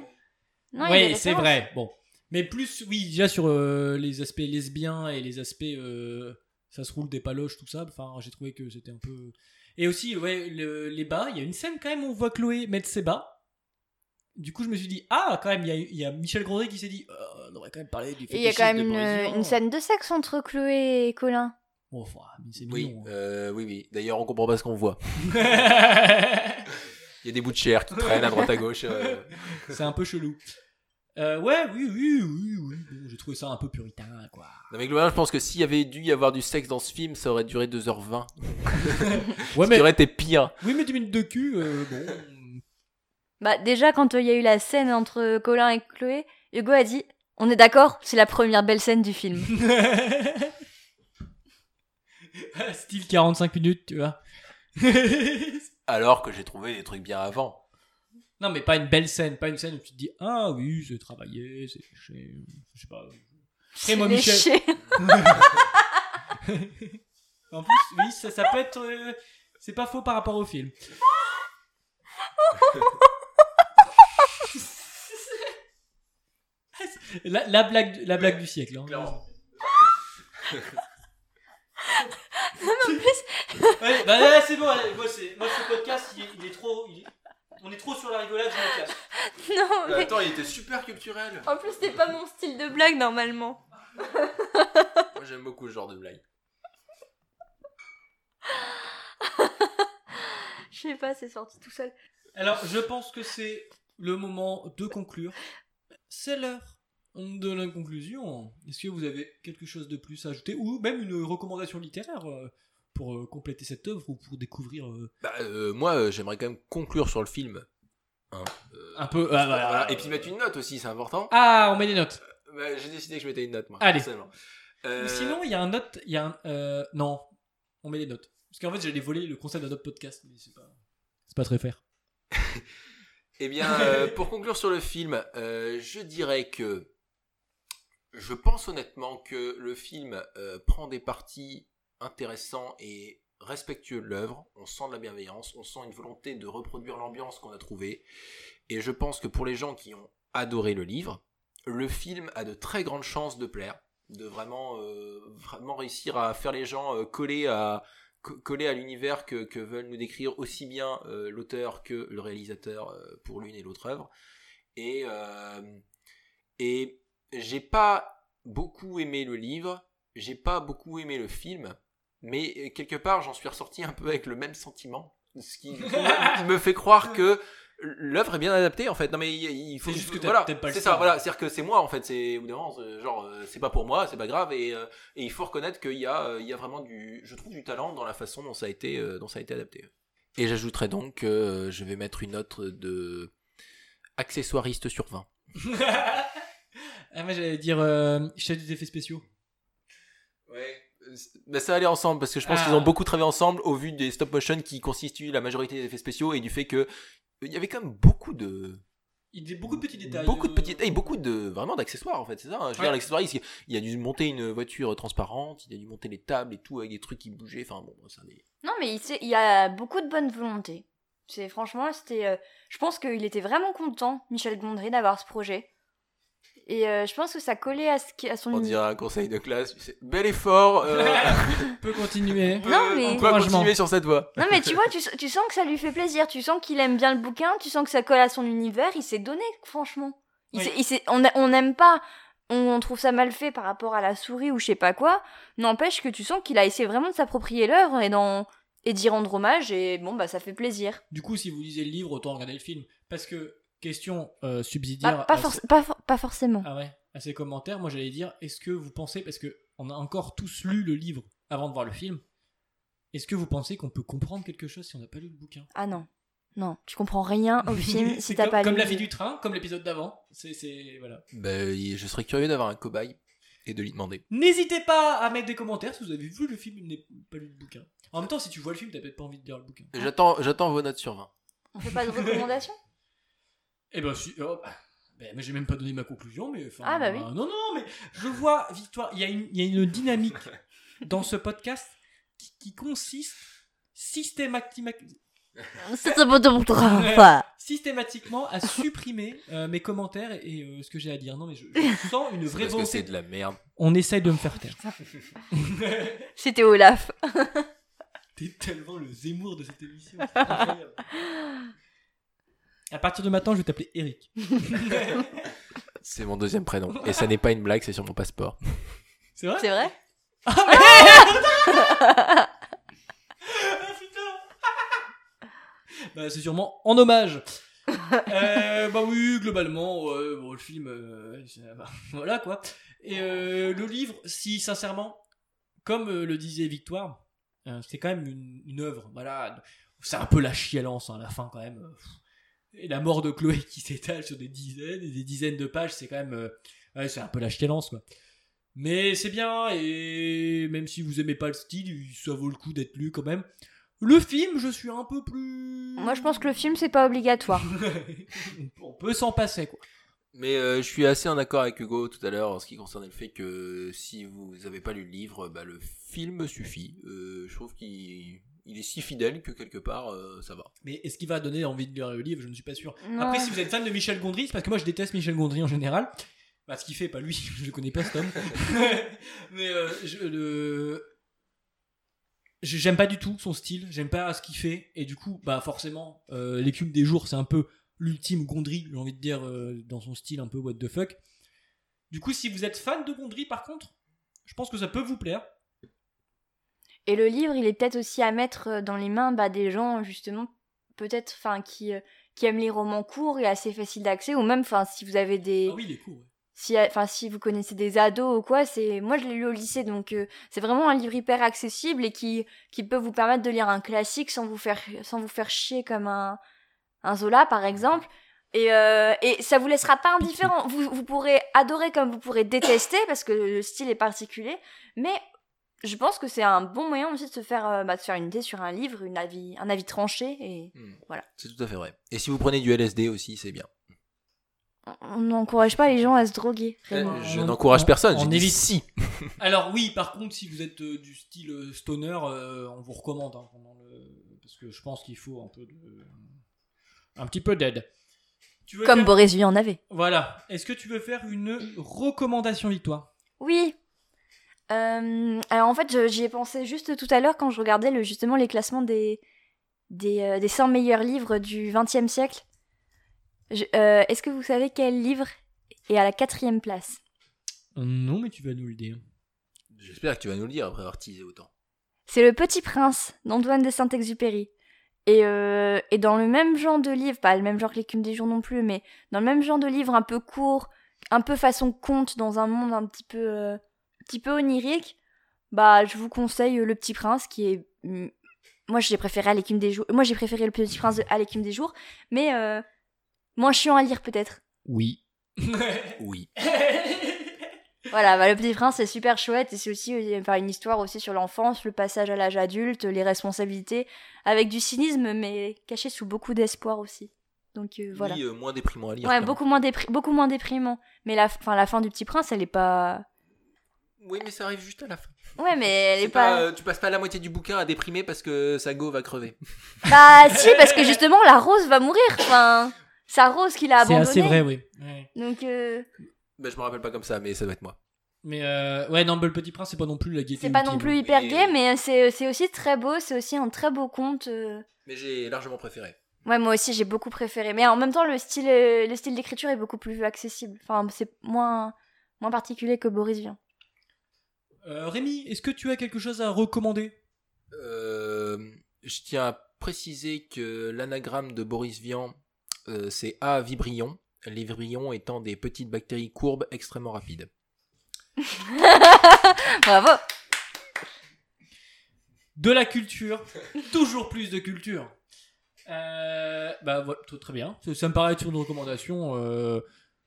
Speaker 7: Non, il y a des
Speaker 1: oui, c'est
Speaker 7: références.
Speaker 1: vrai. Bon. Mais plus, oui, déjà sur euh, les aspects lesbiens et les aspects. euh, ça se roule des paloches, tout ça. Enfin, j'ai trouvé que c'était un peu. Et aussi, ouais, le- les bas, il y a une scène quand même où on voit Chloé mettre ses bas. Du coup, je me suis dit, ah, quand même, il y a, il y a Michel Grandet qui s'est dit, Euh, on aurait quand même parlé du
Speaker 7: Et il y a
Speaker 1: fétichisme
Speaker 7: quand même
Speaker 1: de
Speaker 7: une,
Speaker 1: Boris
Speaker 7: une
Speaker 1: Vian.
Speaker 7: scène de sexe entre Chloé et Colin.
Speaker 1: Bon, enfin, Oh, mais c'est
Speaker 8: Oui,
Speaker 1: mignon. hein. [LAUGHS]
Speaker 8: euh, oui, oui. D'ailleurs, on comprend pas ce qu'on voit. Il y a des bouts de chair qui traînent à droite à gauche. euh.
Speaker 1: c'est un peu chelou. Euh, ouais, oui, oui, oui, oui. Bon, j'ai trouvé ça un peu puritain, quoi.
Speaker 8: Non, mais globalement, je pense que s'il y avait dû y avoir du sexe dans ce film, ça aurait duré 2h20.
Speaker 1: Ouais,
Speaker 8: Ce qui aurait été pire.
Speaker 1: oui, mais 10 minutes de cul, euh, bon.
Speaker 7: Bah, déjà, quand euh, il y a eu la scène entre Colin et Chloé, Hugo a dit On est d'accord, c'est la première belle scène du film.
Speaker 8: [LAUGHS]
Speaker 1: Style 45 minutes, tu vois.
Speaker 8: Alors que j'ai trouvé des trucs bien avant.
Speaker 1: non, mais pas une belle scène, pas une scène où tu te dis Ah oui, c'est travaillé, c'est léché. Je sais pas. Après, moi, Michel.
Speaker 7: Léché.
Speaker 1: En plus, oui, ça, ça peut être. euh, c'est pas faux par rapport au film. la, la blague, la blague du siècle. hein. Ouais, bah, là, c'est bon, allez, moi, c'est- moi, ce podcast, il est, il est trop. il est- on est trop sur la rigolade, je me casse.
Speaker 7: [LAUGHS] non, mais
Speaker 8: il était super culturel.
Speaker 7: en plus, c'est pas mon style de blague normalement.
Speaker 8: Moi, j'aime beaucoup ce genre de blague.
Speaker 7: Je sais pas, c'est sorti tout seul.
Speaker 1: Alors, je pense que c'est le moment de conclure. C'est l'heure de la conclusion. Est-ce que vous avez quelque chose de plus à ajouter ou même une recommandation littéraire euh, pour euh, compléter cette œuvre ou pour découvrir euh,
Speaker 8: Bah, euh, moi, euh, j'aimerais quand même conclure sur le film. Hein, euh,
Speaker 1: un peu. ah, voilà.
Speaker 8: Voilà, Et puis mettre une note aussi, c'est important.
Speaker 1: Ah, on met des notes.
Speaker 8: Bah, J'ai décidé que je mettais une note, moi.
Speaker 1: Allez.
Speaker 8: personnellement. Euh,
Speaker 1: Ou Sinon, il y a un note. Il y a un. euh, non, on met des notes. Parce qu'en fait, j'allais voler le concept d'un autre podcast, mais c'est pas. C'est pas très
Speaker 8: [LAUGHS]
Speaker 1: faire.
Speaker 8: Eh bien, euh, pour conclure sur le film, euh, je dirais que je pense honnêtement que le film euh, prend des parties intéressantes et respectueux de l'œuvre, on sent de la bienveillance, on sent une volonté de reproduire l'ambiance qu'on a trouvée. Et je pense que pour les gens qui ont adoré le livre, le film a de très grandes chances de plaire, de vraiment, euh, vraiment réussir à faire les gens euh, coller à co- coller à l'univers que, que veulent nous décrire aussi bien euh, l'auteur que le réalisateur euh, pour l'une et l'autre œuvre. Et, euh, et j'ai pas beaucoup aimé le livre, j'ai pas beaucoup aimé le film, mais euh, quelque part j'en suis ressorti un peu avec le même sentiment, ce qui, qui me fait croire que l'œuvre est bien adaptée en fait. Non mais il il faut
Speaker 1: C'est juste que t'as
Speaker 8: voilà,
Speaker 1: peut-être pas le
Speaker 8: c'est
Speaker 1: temps.
Speaker 8: ça, voilà, c'est-à-dire que c'est moi en fait, c'est au bout d'un moment, c'est genre euh, c'est pas pour moi, c'est pas grave et, euh, et il faut reconnaître qu'il y a euh, il y a vraiment du je trouve du talent dans la façon dont ça a été euh, dont ça a été adapté. Et j'ajouterai donc que euh, je vais mettre une note de accessoiriste sur 20.
Speaker 1: Ah, moi j'allais dire euh, chef des effets spéciaux.
Speaker 8: Ouais. Ben, ça allait ensemble parce que je pense
Speaker 1: Ah.
Speaker 8: qu'ils ont beaucoup travaillé ensemble au vu des stop motion qui constituent la majorité des effets spéciaux et du fait que euh, il y avait quand même beaucoup de
Speaker 1: Il y a beaucoup de petits détails.
Speaker 8: beaucoup de
Speaker 1: euh,
Speaker 8: petits détails, beaucoup de vraiment d'accessoires en fait, c'est ça. hein. Je veux
Speaker 1: Ouais.
Speaker 8: dire l'accessoiriste, il a dû monter une voiture transparente, il a dû monter les tables et tout avec des trucs qui bougeaient. Enfin bon, ça des...
Speaker 7: Non, mais il, sait- il y a beaucoup de bonne volonté. C'est franchement, c'était. euh, je pense qu'il était vraiment content, Michel Gondry, d'avoir ce projet. Et euh, je pense que ça collait à, ce qui- à son.
Speaker 8: on dirait un conseil de classe. c'est Bel effort.
Speaker 1: [LAUGHS]
Speaker 8: euh,
Speaker 1: Peut continuer.
Speaker 7: Non, mais-
Speaker 8: on doit
Speaker 1: Encouragement.
Speaker 8: continuer sur cette voie.
Speaker 7: Non, mais tu vois, tu, tu sens que ça lui fait plaisir. Tu sens qu'il aime bien le bouquin. Tu sens que ça colle à son univers. Il s'est donné, franchement. Il
Speaker 10: Oui.
Speaker 7: s'est- il s'est- on a- on n'aime pas. On, on trouve ça mal fait par rapport à la souris ou je sais pas quoi. N'empêche que tu sens qu'il a essayé vraiment de s'approprier l'œuvre et d'en et d'y rendre hommage. Et bon, bah, ça fait plaisir.
Speaker 1: Du coup, si vous lisez le livre, autant regarder le film. Parce que, question euh, subsidiaire.
Speaker 7: Ah, pas,
Speaker 1: à
Speaker 7: forc-
Speaker 1: ce-
Speaker 7: pas, for- pas forcément.
Speaker 1: Ah ouais, à ces commentaires, moi j'allais dire, est-ce que vous pensez, parce que on a encore tous lu le livre avant de voir le film, est-ce que vous pensez qu'on peut comprendre quelque chose si on n'a pas lu le bouquin
Speaker 7: Ah non. Non, tu comprends rien
Speaker 1: [LAUGHS]
Speaker 7: au film si
Speaker 1: C'est
Speaker 7: t'as
Speaker 1: comme,
Speaker 7: pas lu.
Speaker 1: Comme la
Speaker 7: le
Speaker 1: vie
Speaker 7: livre.
Speaker 1: du train, comme l'épisode d'avant. C'est, c'est, voilà.
Speaker 8: Ben, je serais curieux d'avoir un cobaye et de lui demander.
Speaker 1: N'hésitez pas à mettre des commentaires si vous avez vu le film et pas lu le bouquin. En même temps, si tu vois le film, t'as peut-être pas envie de lire le bouquin.
Speaker 8: J'attends, j'attends vos notes sur 20.
Speaker 7: On fait pas de recommandations
Speaker 1: Eh ben, si, oh, bah, ben, mais j'ai même pas donné ma conclusion, mais enfin.
Speaker 7: Ah, bah oui.
Speaker 1: euh, non, non, mais je vois, Victoire, il y, a une- il y a une [LAUGHS] dynamique dans ce podcast qui, qui consiste systématiquement. systématiquement à
Speaker 7: [LAUGHS]
Speaker 1: supprimer euh, mes commentaires et, et, euh, ce que j'ai à dire. Non, mais je, je sens une vraie
Speaker 8: Parce que c'est
Speaker 1: volonté.
Speaker 8: de la merde.
Speaker 1: On essaye de me faire taire.
Speaker 7: [LAUGHS] C'était Olaf.
Speaker 1: T'es tellement le Zemmour de cette
Speaker 7: [LAUGHS]
Speaker 1: émission. c'est incroyable. À partir de maintenant, je vais t'appeler
Speaker 7: [LAUGHS]
Speaker 1: Eric.
Speaker 8: C'est mon deuxième prénom. Et ça n'est pas une blague, c'est sur mon passeport.
Speaker 1: C'est vrai
Speaker 7: C'est vrai
Speaker 1: Ah, putain. Bah, c'est sûrement en hommage. Euh, bah oui, globalement, ouais, bon, le film, euh, c'est- bah, [LAUGHS] voilà quoi. Et euh, le livre, si sincèrement, comme euh, le disait Victoire, euh, c'est quand même une, une œuvre. Voilà, c'est un peu la chialance hein, à la fin quand même. Et la mort de Chloé qui s'étale sur des dizaines et des dizaines de pages, c'est quand même, euh, ouais, c'est un peu la chialance quoi. Mais c'est bien, et même si vous aimez pas le style, ça vaut le coup d'être lu quand même. Le film, je suis un peu plus.
Speaker 7: Moi, je pense que le film, c'est pas obligatoire.
Speaker 1: [LAUGHS] On peut s'en passer, quoi.
Speaker 8: Mais euh, je suis assez en accord avec Hugo tout à l'heure en ce qui concernait le fait que si vous n'avez pas lu le livre, bah, le film suffit. Euh, je trouve qu'il il est si fidèle que quelque part, euh, ça va.
Speaker 1: Mais est-ce qu'il va donner envie de lire le livre Je ne suis pas sûr.
Speaker 7: Non.
Speaker 1: Après, si vous êtes fan de Michel Gondry, c'est parce que moi je déteste Michel Gondry en général. Bah, ce qu'il fait, pas lui, [LAUGHS] je le connais pas cet homme. Mais euh, je- le- je- j'aime pas du tout son style, j'aime pas ce qu'il fait. Et du coup, bah forcément, euh, l'écume des jours, c'est un peu l'ultime Gondry, j'ai envie de dire, euh, dans son style un peu what the fuck. Du coup, si vous êtes fan de Gondry, par contre, je pense que ça peut vous plaire.
Speaker 7: Et le livre, il est peut-être aussi à mettre euh, dans les mains bah, des gens, justement, peut-être enfin qui, euh, qui aiment les romans courts et assez faciles d'accès, ou même enfin si vous avez des.
Speaker 1: Ah oui, il est cool. ouais.
Speaker 7: si, enfin, si vous connaissez des ados ou quoi, c'est moi je l'ai lu au lycée, donc euh, c'est vraiment un livre hyper accessible et qui, qui peut vous permettre de lire un classique sans vous faire, sans vous faire chier comme un, un Zola par exemple. Et, euh, et ça vous laissera pas indifférent. Vous, vous pourrez adorer comme vous pourrez détester parce que le style est particulier, mais je pense que c'est un bon moyen aussi de se faire, euh, bah, de se faire une idée sur un livre, une avis, un avis tranché et
Speaker 8: Hmm.
Speaker 7: Voilà.
Speaker 8: C'est tout à fait vrai. Et si vous prenez du LSD aussi, c'est bien.
Speaker 7: on n'encourage pas les gens à se droguer.
Speaker 8: Euh,
Speaker 7: vraiment.
Speaker 8: je
Speaker 1: on-
Speaker 8: n'encourage
Speaker 1: on-
Speaker 8: personne.
Speaker 1: on
Speaker 8: j'ai dit
Speaker 1: évite.
Speaker 8: si.
Speaker 1: Alors oui, par contre, si vous êtes euh, du style euh, stoner, euh, on vous recommande hein, pendant le- parce que je pense qu'il faut un peu de un petit peu d'aide. Tu veux
Speaker 7: Comme
Speaker 1: faire-
Speaker 7: Boris lui en avait.
Speaker 1: Voilà. Est-ce que tu veux faire une recommandation victoire
Speaker 7: Oui. Euh, alors en fait, je- j'y ai pensé juste tout à l'heure quand je regardais le, justement les classements des, des, euh, des 100 meilleurs livres du XXe siècle. Je- euh, Est-ce que vous savez quel livre est à la quatrième place
Speaker 1: Non, mais tu vas nous le dire.
Speaker 8: J'espère que tu vas nous le dire après avoir teasé autant.
Speaker 7: C'est Le Petit Prince d'Antoine de Saint-Exupéry. Et, euh, et dans le même genre de livre, pas le même genre que l'écume des jours non plus, mais dans le même genre de livre un peu court, un peu façon conte dans un monde un petit peu, euh, un petit peu onirique, bah je vous conseille Le Petit Prince qui est, hum, moi j'ai préféré à l'écume des jours, moi j'ai préféré Le Petit Prince de- à l'écume des jours, mais euh, moins chiant à lire peut-être.
Speaker 1: Oui.
Speaker 8: Oui.
Speaker 7: Voilà, bah, le petit prince c'est super chouette et c'est aussi euh, enfin, une histoire aussi sur l'enfance, le passage à l'âge adulte, les responsabilités, avec du cynisme mais caché sous beaucoup d'espoir aussi. Donc euh, voilà.
Speaker 8: Oui, euh, moins déprimant à lire.
Speaker 7: ouais,
Speaker 8: clairement.
Speaker 7: beaucoup moins, dépri- beaucoup moins déprimant. Mais la, fin, la fin du petit prince, elle est pas.
Speaker 8: Oui, mais ça arrive juste à la fin.
Speaker 7: Ouais, mais elle est
Speaker 8: C'est pas,
Speaker 7: pas.
Speaker 8: euh, tu passes pas la moitié du bouquin à déprimer parce que Sago va crever.
Speaker 7: [LAUGHS] Bah si, parce que justement, la rose va mourir. Enfin, sa rose qu'il a
Speaker 1: C'est
Speaker 7: abandonnée.
Speaker 1: assez vrai, oui. Ouais.
Speaker 7: Donc euh,
Speaker 8: [LAUGHS] Bah, je me rappelle pas comme ça, mais ça doit être moi.
Speaker 1: Mais euh, ouais, non, mais le Petit Prince, c'est pas non plus la gaieté.
Speaker 7: c'est pas
Speaker 1: ultime. hein.
Speaker 7: non plus hyper
Speaker 8: Et-
Speaker 7: gay, mais euh, c'est c'est aussi très beau, c'est aussi un très beau conte. euh,
Speaker 8: Mais j'ai largement préféré.
Speaker 7: Ouais, moi aussi, j'ai beaucoup préféré. Mais en même temps, le style, euh, le style d'écriture est beaucoup plus accessible. Enfin, c'est moins, moins particulier que Boris Vian.
Speaker 1: Euh, Rémi, est-ce que tu as quelque chose à recommander
Speaker 8: Euh, je tiens à préciser que l'anagramme de Boris Vian, euh, c'est A vibrion, les vibrions étant des petites bactéries courbes extrêmement rapides.
Speaker 7: Bravo
Speaker 1: de la culture, toujours plus de culture. Euh, bah voilà, tout très bien. Ça, ça me paraît être une recommandation. euh,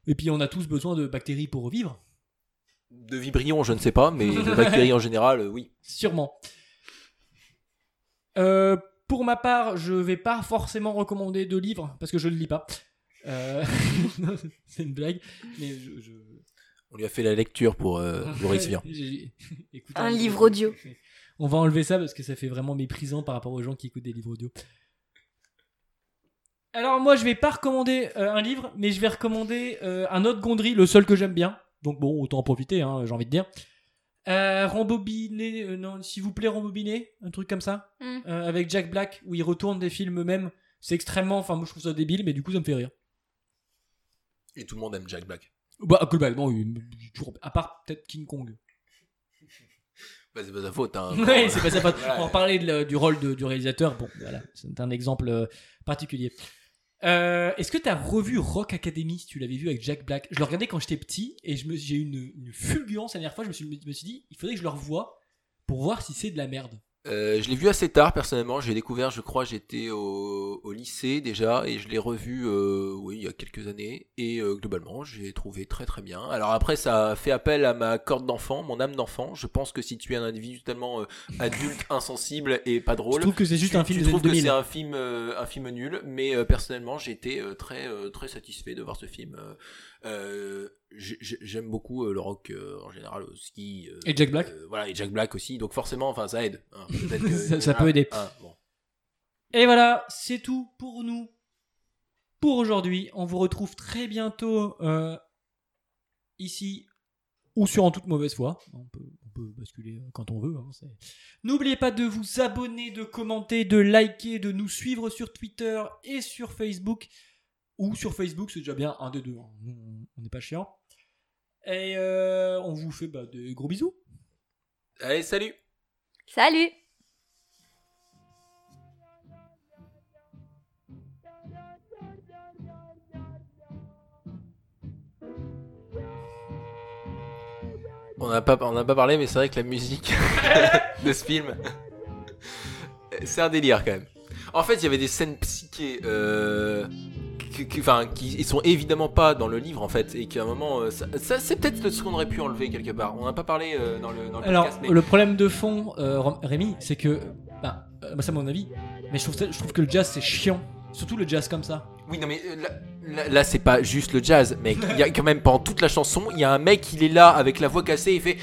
Speaker 1: et puis on a tous besoin de bactéries pour vivre,
Speaker 8: De vibrions, je ne sais pas, mais de bactéries en général, euh, oui.
Speaker 1: sûrement. Euh, pour ma part, je vais pas forcément recommander de livres parce que je ne lis pas. Euh, [LAUGHS] non, C'est une blague, mais je, je-
Speaker 8: On lui a fait la lecture
Speaker 1: [LAUGHS]
Speaker 8: pour euh, Boris Vian.
Speaker 1: J'ai- [LAUGHS] écoute,
Speaker 7: Un
Speaker 1: on-
Speaker 7: livre audio.
Speaker 1: On va enlever ça parce que ça fait vraiment méprisant par rapport aux gens qui écoutent des livres audio. Alors moi, je vais pas recommander euh, un livre, mais je vais recommander euh, un autre Gondry, le seul que j'aime bien. Donc bon, autant en profiter, hein, j'ai envie de dire. Euh, rembobiner, euh, non, s'il vous plaît, rembobiner, un truc comme ça,
Speaker 7: Mm.
Speaker 1: Euh, avec Jack Black, où il retourne des films eux-mêmes. C'est extrêmement, enfin moi je trouve ça débile, mais du coup ça me fait rire.
Speaker 8: Et tout le monde aime Jack Black.
Speaker 1: Bah globalement, oui, toujours- à part peut-être King Kong.
Speaker 8: Bah, c'est pas sa faute, hein.
Speaker 1: Ouais, c'est pas ça. pas-
Speaker 8: Voilà.
Speaker 1: On va parler de la- du rôle de- du réalisateur. Bon, voilà, c'est un exemple euh, particulier. Euh, Est-ce que t'as revu Rock Academy si tu l'avais vu avec Jack Black Je le regardais quand j'étais petit et je me- j'ai eu une, une fulgurance la dernière fois. Je me, suis, je me suis dit, il faudrait que je le revoie pour voir si c'est de la merde.
Speaker 8: Euh, je l'ai vu assez tard personnellement, je l'ai découvert, je crois, j'étais au, au lycée déjà et je l'ai revu euh, oui, il y a quelques années et euh, globalement, j'ai trouvé très très bien. Alors après ça fait appel à ma corde d'enfant, mon âme d'enfant. Je pense que si tu es un individu totalement euh, adulte, insensible et pas
Speaker 1: Je
Speaker 8: drôle,
Speaker 1: trouve que c'est juste
Speaker 8: Oh, tu,
Speaker 1: un film
Speaker 8: tu
Speaker 1: des années
Speaker 8: trouves que
Speaker 1: 2000.
Speaker 8: c'est un film euh, un film nul, mais euh, personnellement, j'ai été euh, très euh, très satisfait de voir ce film. Euh, euh, j'ai- j'ai- j'aime beaucoup euh, le rock euh, en général, euh, ski euh,
Speaker 1: Et Jack Black
Speaker 8: euh, voilà, et Jack Black aussi, donc forcément, enfin, ça aide. hein.
Speaker 1: [LAUGHS]
Speaker 8: Peut-être que-
Speaker 1: Ça- ça
Speaker 8: voilà.
Speaker 1: peut aider.
Speaker 8: Ah, bon.
Speaker 1: Et voilà, c'est tout pour nous pour aujourd'hui. On vous retrouve très bientôt euh, ici ou sur En toute mauvaise foi. On peut, on peut basculer quand on veut. hein, c'est- N'oubliez pas de vous abonner, de commenter, de liker, de nous suivre sur Twitter et sur Facebook. Ou sur Facebook, c'est déjà bien un des deux. hein. Nous, On n'est pas chiant. Et euh, on vous fait bah, des gros bisous.
Speaker 8: Allez, salut
Speaker 7: Salut
Speaker 8: On n'a pas, on n'a pas parlé, mais c'est vrai que la musique de ce film, c'est un délire quand même. En fait, il y avait des scènes psychées, euh, qui, qui- enfin, qui ils sont évidemment pas dans le livre en fait, et qu'à un moment, euh, ça, ça, c'est peut-être ce qu'on aurait pu enlever quelque part. On n'a pas parlé euh, dans le, dans le
Speaker 1: Alors,
Speaker 8: podcast, mais
Speaker 1: le problème de fond, euh, Rom- Rémi, c'est ben, que. Bah, euh, bah, c'est mon avis. Mais je trouve, ça- je trouve que le jazz, c'est chiant. Surtout le jazz comme ça.
Speaker 8: Oui, non, mais euh, là, là- là, c'est pas juste le jazz, mec. Il y a quand même, pendant toute la chanson, il y a un mec, il est là avec la voix cassée, il fait.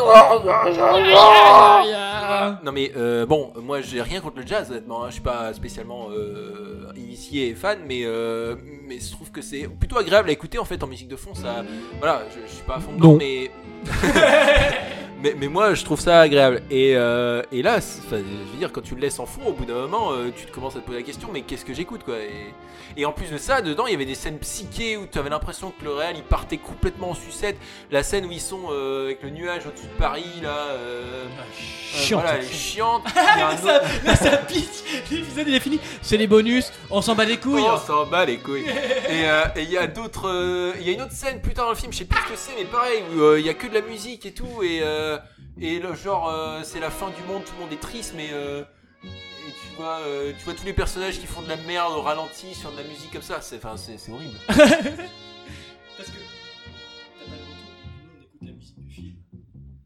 Speaker 8: Oh Non, mais euh, bon, moi j'ai rien contre le jazz, honnêtement. hein. Je suis pas spécialement euh, initié et fan, mais, euh, mais je trouve que c'est plutôt agréable à écouter en fait en musique de fond. Ça, voilà, je, je suis pas à fond dedans,
Speaker 9: Non.
Speaker 8: mais. [LAUGHS] Mais, mais moi je trouve ça agréable et, euh, et là c'est- enfin, je veux dire quand tu le laisses en fond au bout d'un moment euh, tu te commences à te poser la question mais qu'est-ce que j'écoute quoi et, et en plus de ça, dedans, il y avait des scènes psychées où tu avais l'impression que le réel il partait complètement en sucette. La scène où ils sont euh, avec le nuage au-dessus de Paris, là. euh, euh,
Speaker 1: Ah,
Speaker 9: Chiant.
Speaker 8: voilà,
Speaker 1: [LAUGHS]
Speaker 8: elle est chiante. Il y a un
Speaker 9: ça,
Speaker 8: autre-
Speaker 9: là, ça pique. L'épisode il est fini. C'est les bonus. On s'en bat les couilles.
Speaker 1: hein.
Speaker 8: Oh, on s'en bat les couilles. et euh, et il y a d'autres. euh, Il y a une autre scène plus tard dans le film, je sais plus ce que c'est, mais pareil, où euh, il y a que de la musique et tout. Et, euh, et le genre, euh, c'est la fin du monde, tout le monde est triste, mais. euh, et tu vois, euh, tu vois tous les personnages qui font de la merde au ralenti sur de la musique comme ça, c'est enfin, c'est- c'est horrible.
Speaker 1: Parce que. T'as pas le retour. Nous, on écoute la musique du film.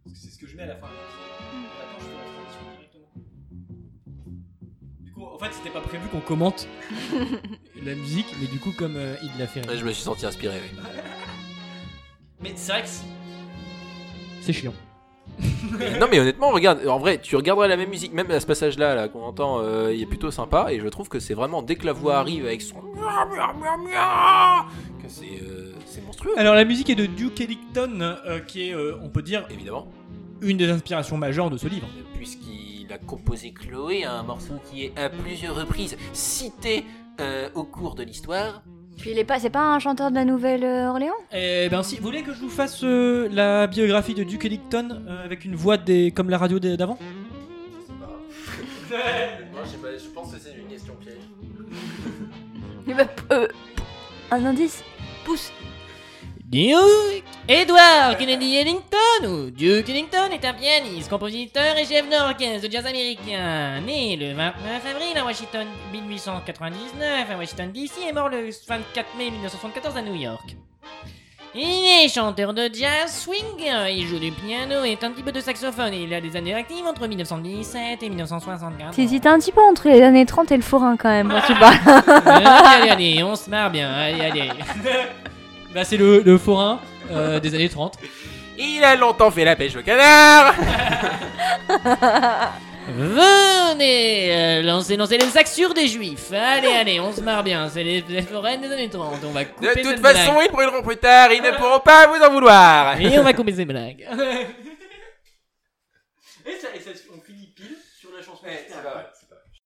Speaker 1: Parce que c'est ce que je mets à la fin. Attends, je fais la transition directement. Du coup, en fait, c'était pas prévu qu'on
Speaker 8: [LAUGHS]
Speaker 1: commente
Speaker 9: La musique, mais du coup, comme euh, il l'a fait.
Speaker 8: Ouais, je me suis senti inspiré, oui.
Speaker 1: Mais c'est vrai que c'est-
Speaker 9: C'est chiant.
Speaker 8: non mais honnêtement regarde en vrai tu regarderais la même musique même à ce passage là, là qu'on entend euh, il est plutôt sympa et je trouve que c'est vraiment dès que la voix arrive avec son mia, mia, mia, mia que c'est euh, c'est monstrueux
Speaker 9: Alors, la musique est de Duke Ellington, euh, qui est, euh, on peut dire,
Speaker 8: évidemment
Speaker 9: une des inspirations majeures de ce livre.
Speaker 8: puisqu'il a composé Chloé un morceau qui est à plusieurs reprises cité euh, au cours de l'histoire
Speaker 7: Puis il est pas, c'est pas un chanteur de la Nouvelle-Orléans
Speaker 9: Eh ben, si vous voulez que je vous fasse euh, la biographie de Duke Ellington euh, avec une voix des... comme la radio des- d'avant
Speaker 8: moi je pense que c'est une question piège
Speaker 7: Eh ben, p- euh, p- Un indice Pousse
Speaker 11: Duke Edward Kennedy Ellington ou Duke Ellington est un pianiste, compositeur et chef d'orchestre de jazz américain. Né le 29 Ah, avril à Washington 1899 à Washington DC et mort le 24 mai 1974 à New York. Il est chanteur de jazz
Speaker 9: euh,
Speaker 11: swing, il joue du piano et un petit peu de saxophone et il a des années actives entre 1917 et 1964.
Speaker 7: T'hésites un petit peu entre les années 30 et le forain quand même, quand tu parles.
Speaker 11: allez, allez, allez, on se marre bien, allez, allez.
Speaker 9: Là, Bah, c'est le, le forain euh, des années 30.
Speaker 8: il a longtemps fait la pêche au canard
Speaker 11: Venez, euh, lancez, lancez les sacs sur des juifs. Allez, allez, on se marre bien. C'est les, les foraines des années 30. On va couper
Speaker 8: de
Speaker 11: cette
Speaker 8: toute
Speaker 11: blague.
Speaker 8: façon ils brûleront plus tard ils ne pourront pas vous en vouloir
Speaker 11: Et on va couper ces blagues.
Speaker 1: Et ça, et ça- on finit pile sur la chanson.
Speaker 8: Ouais, c'est pas vrai, c'est pas vrai.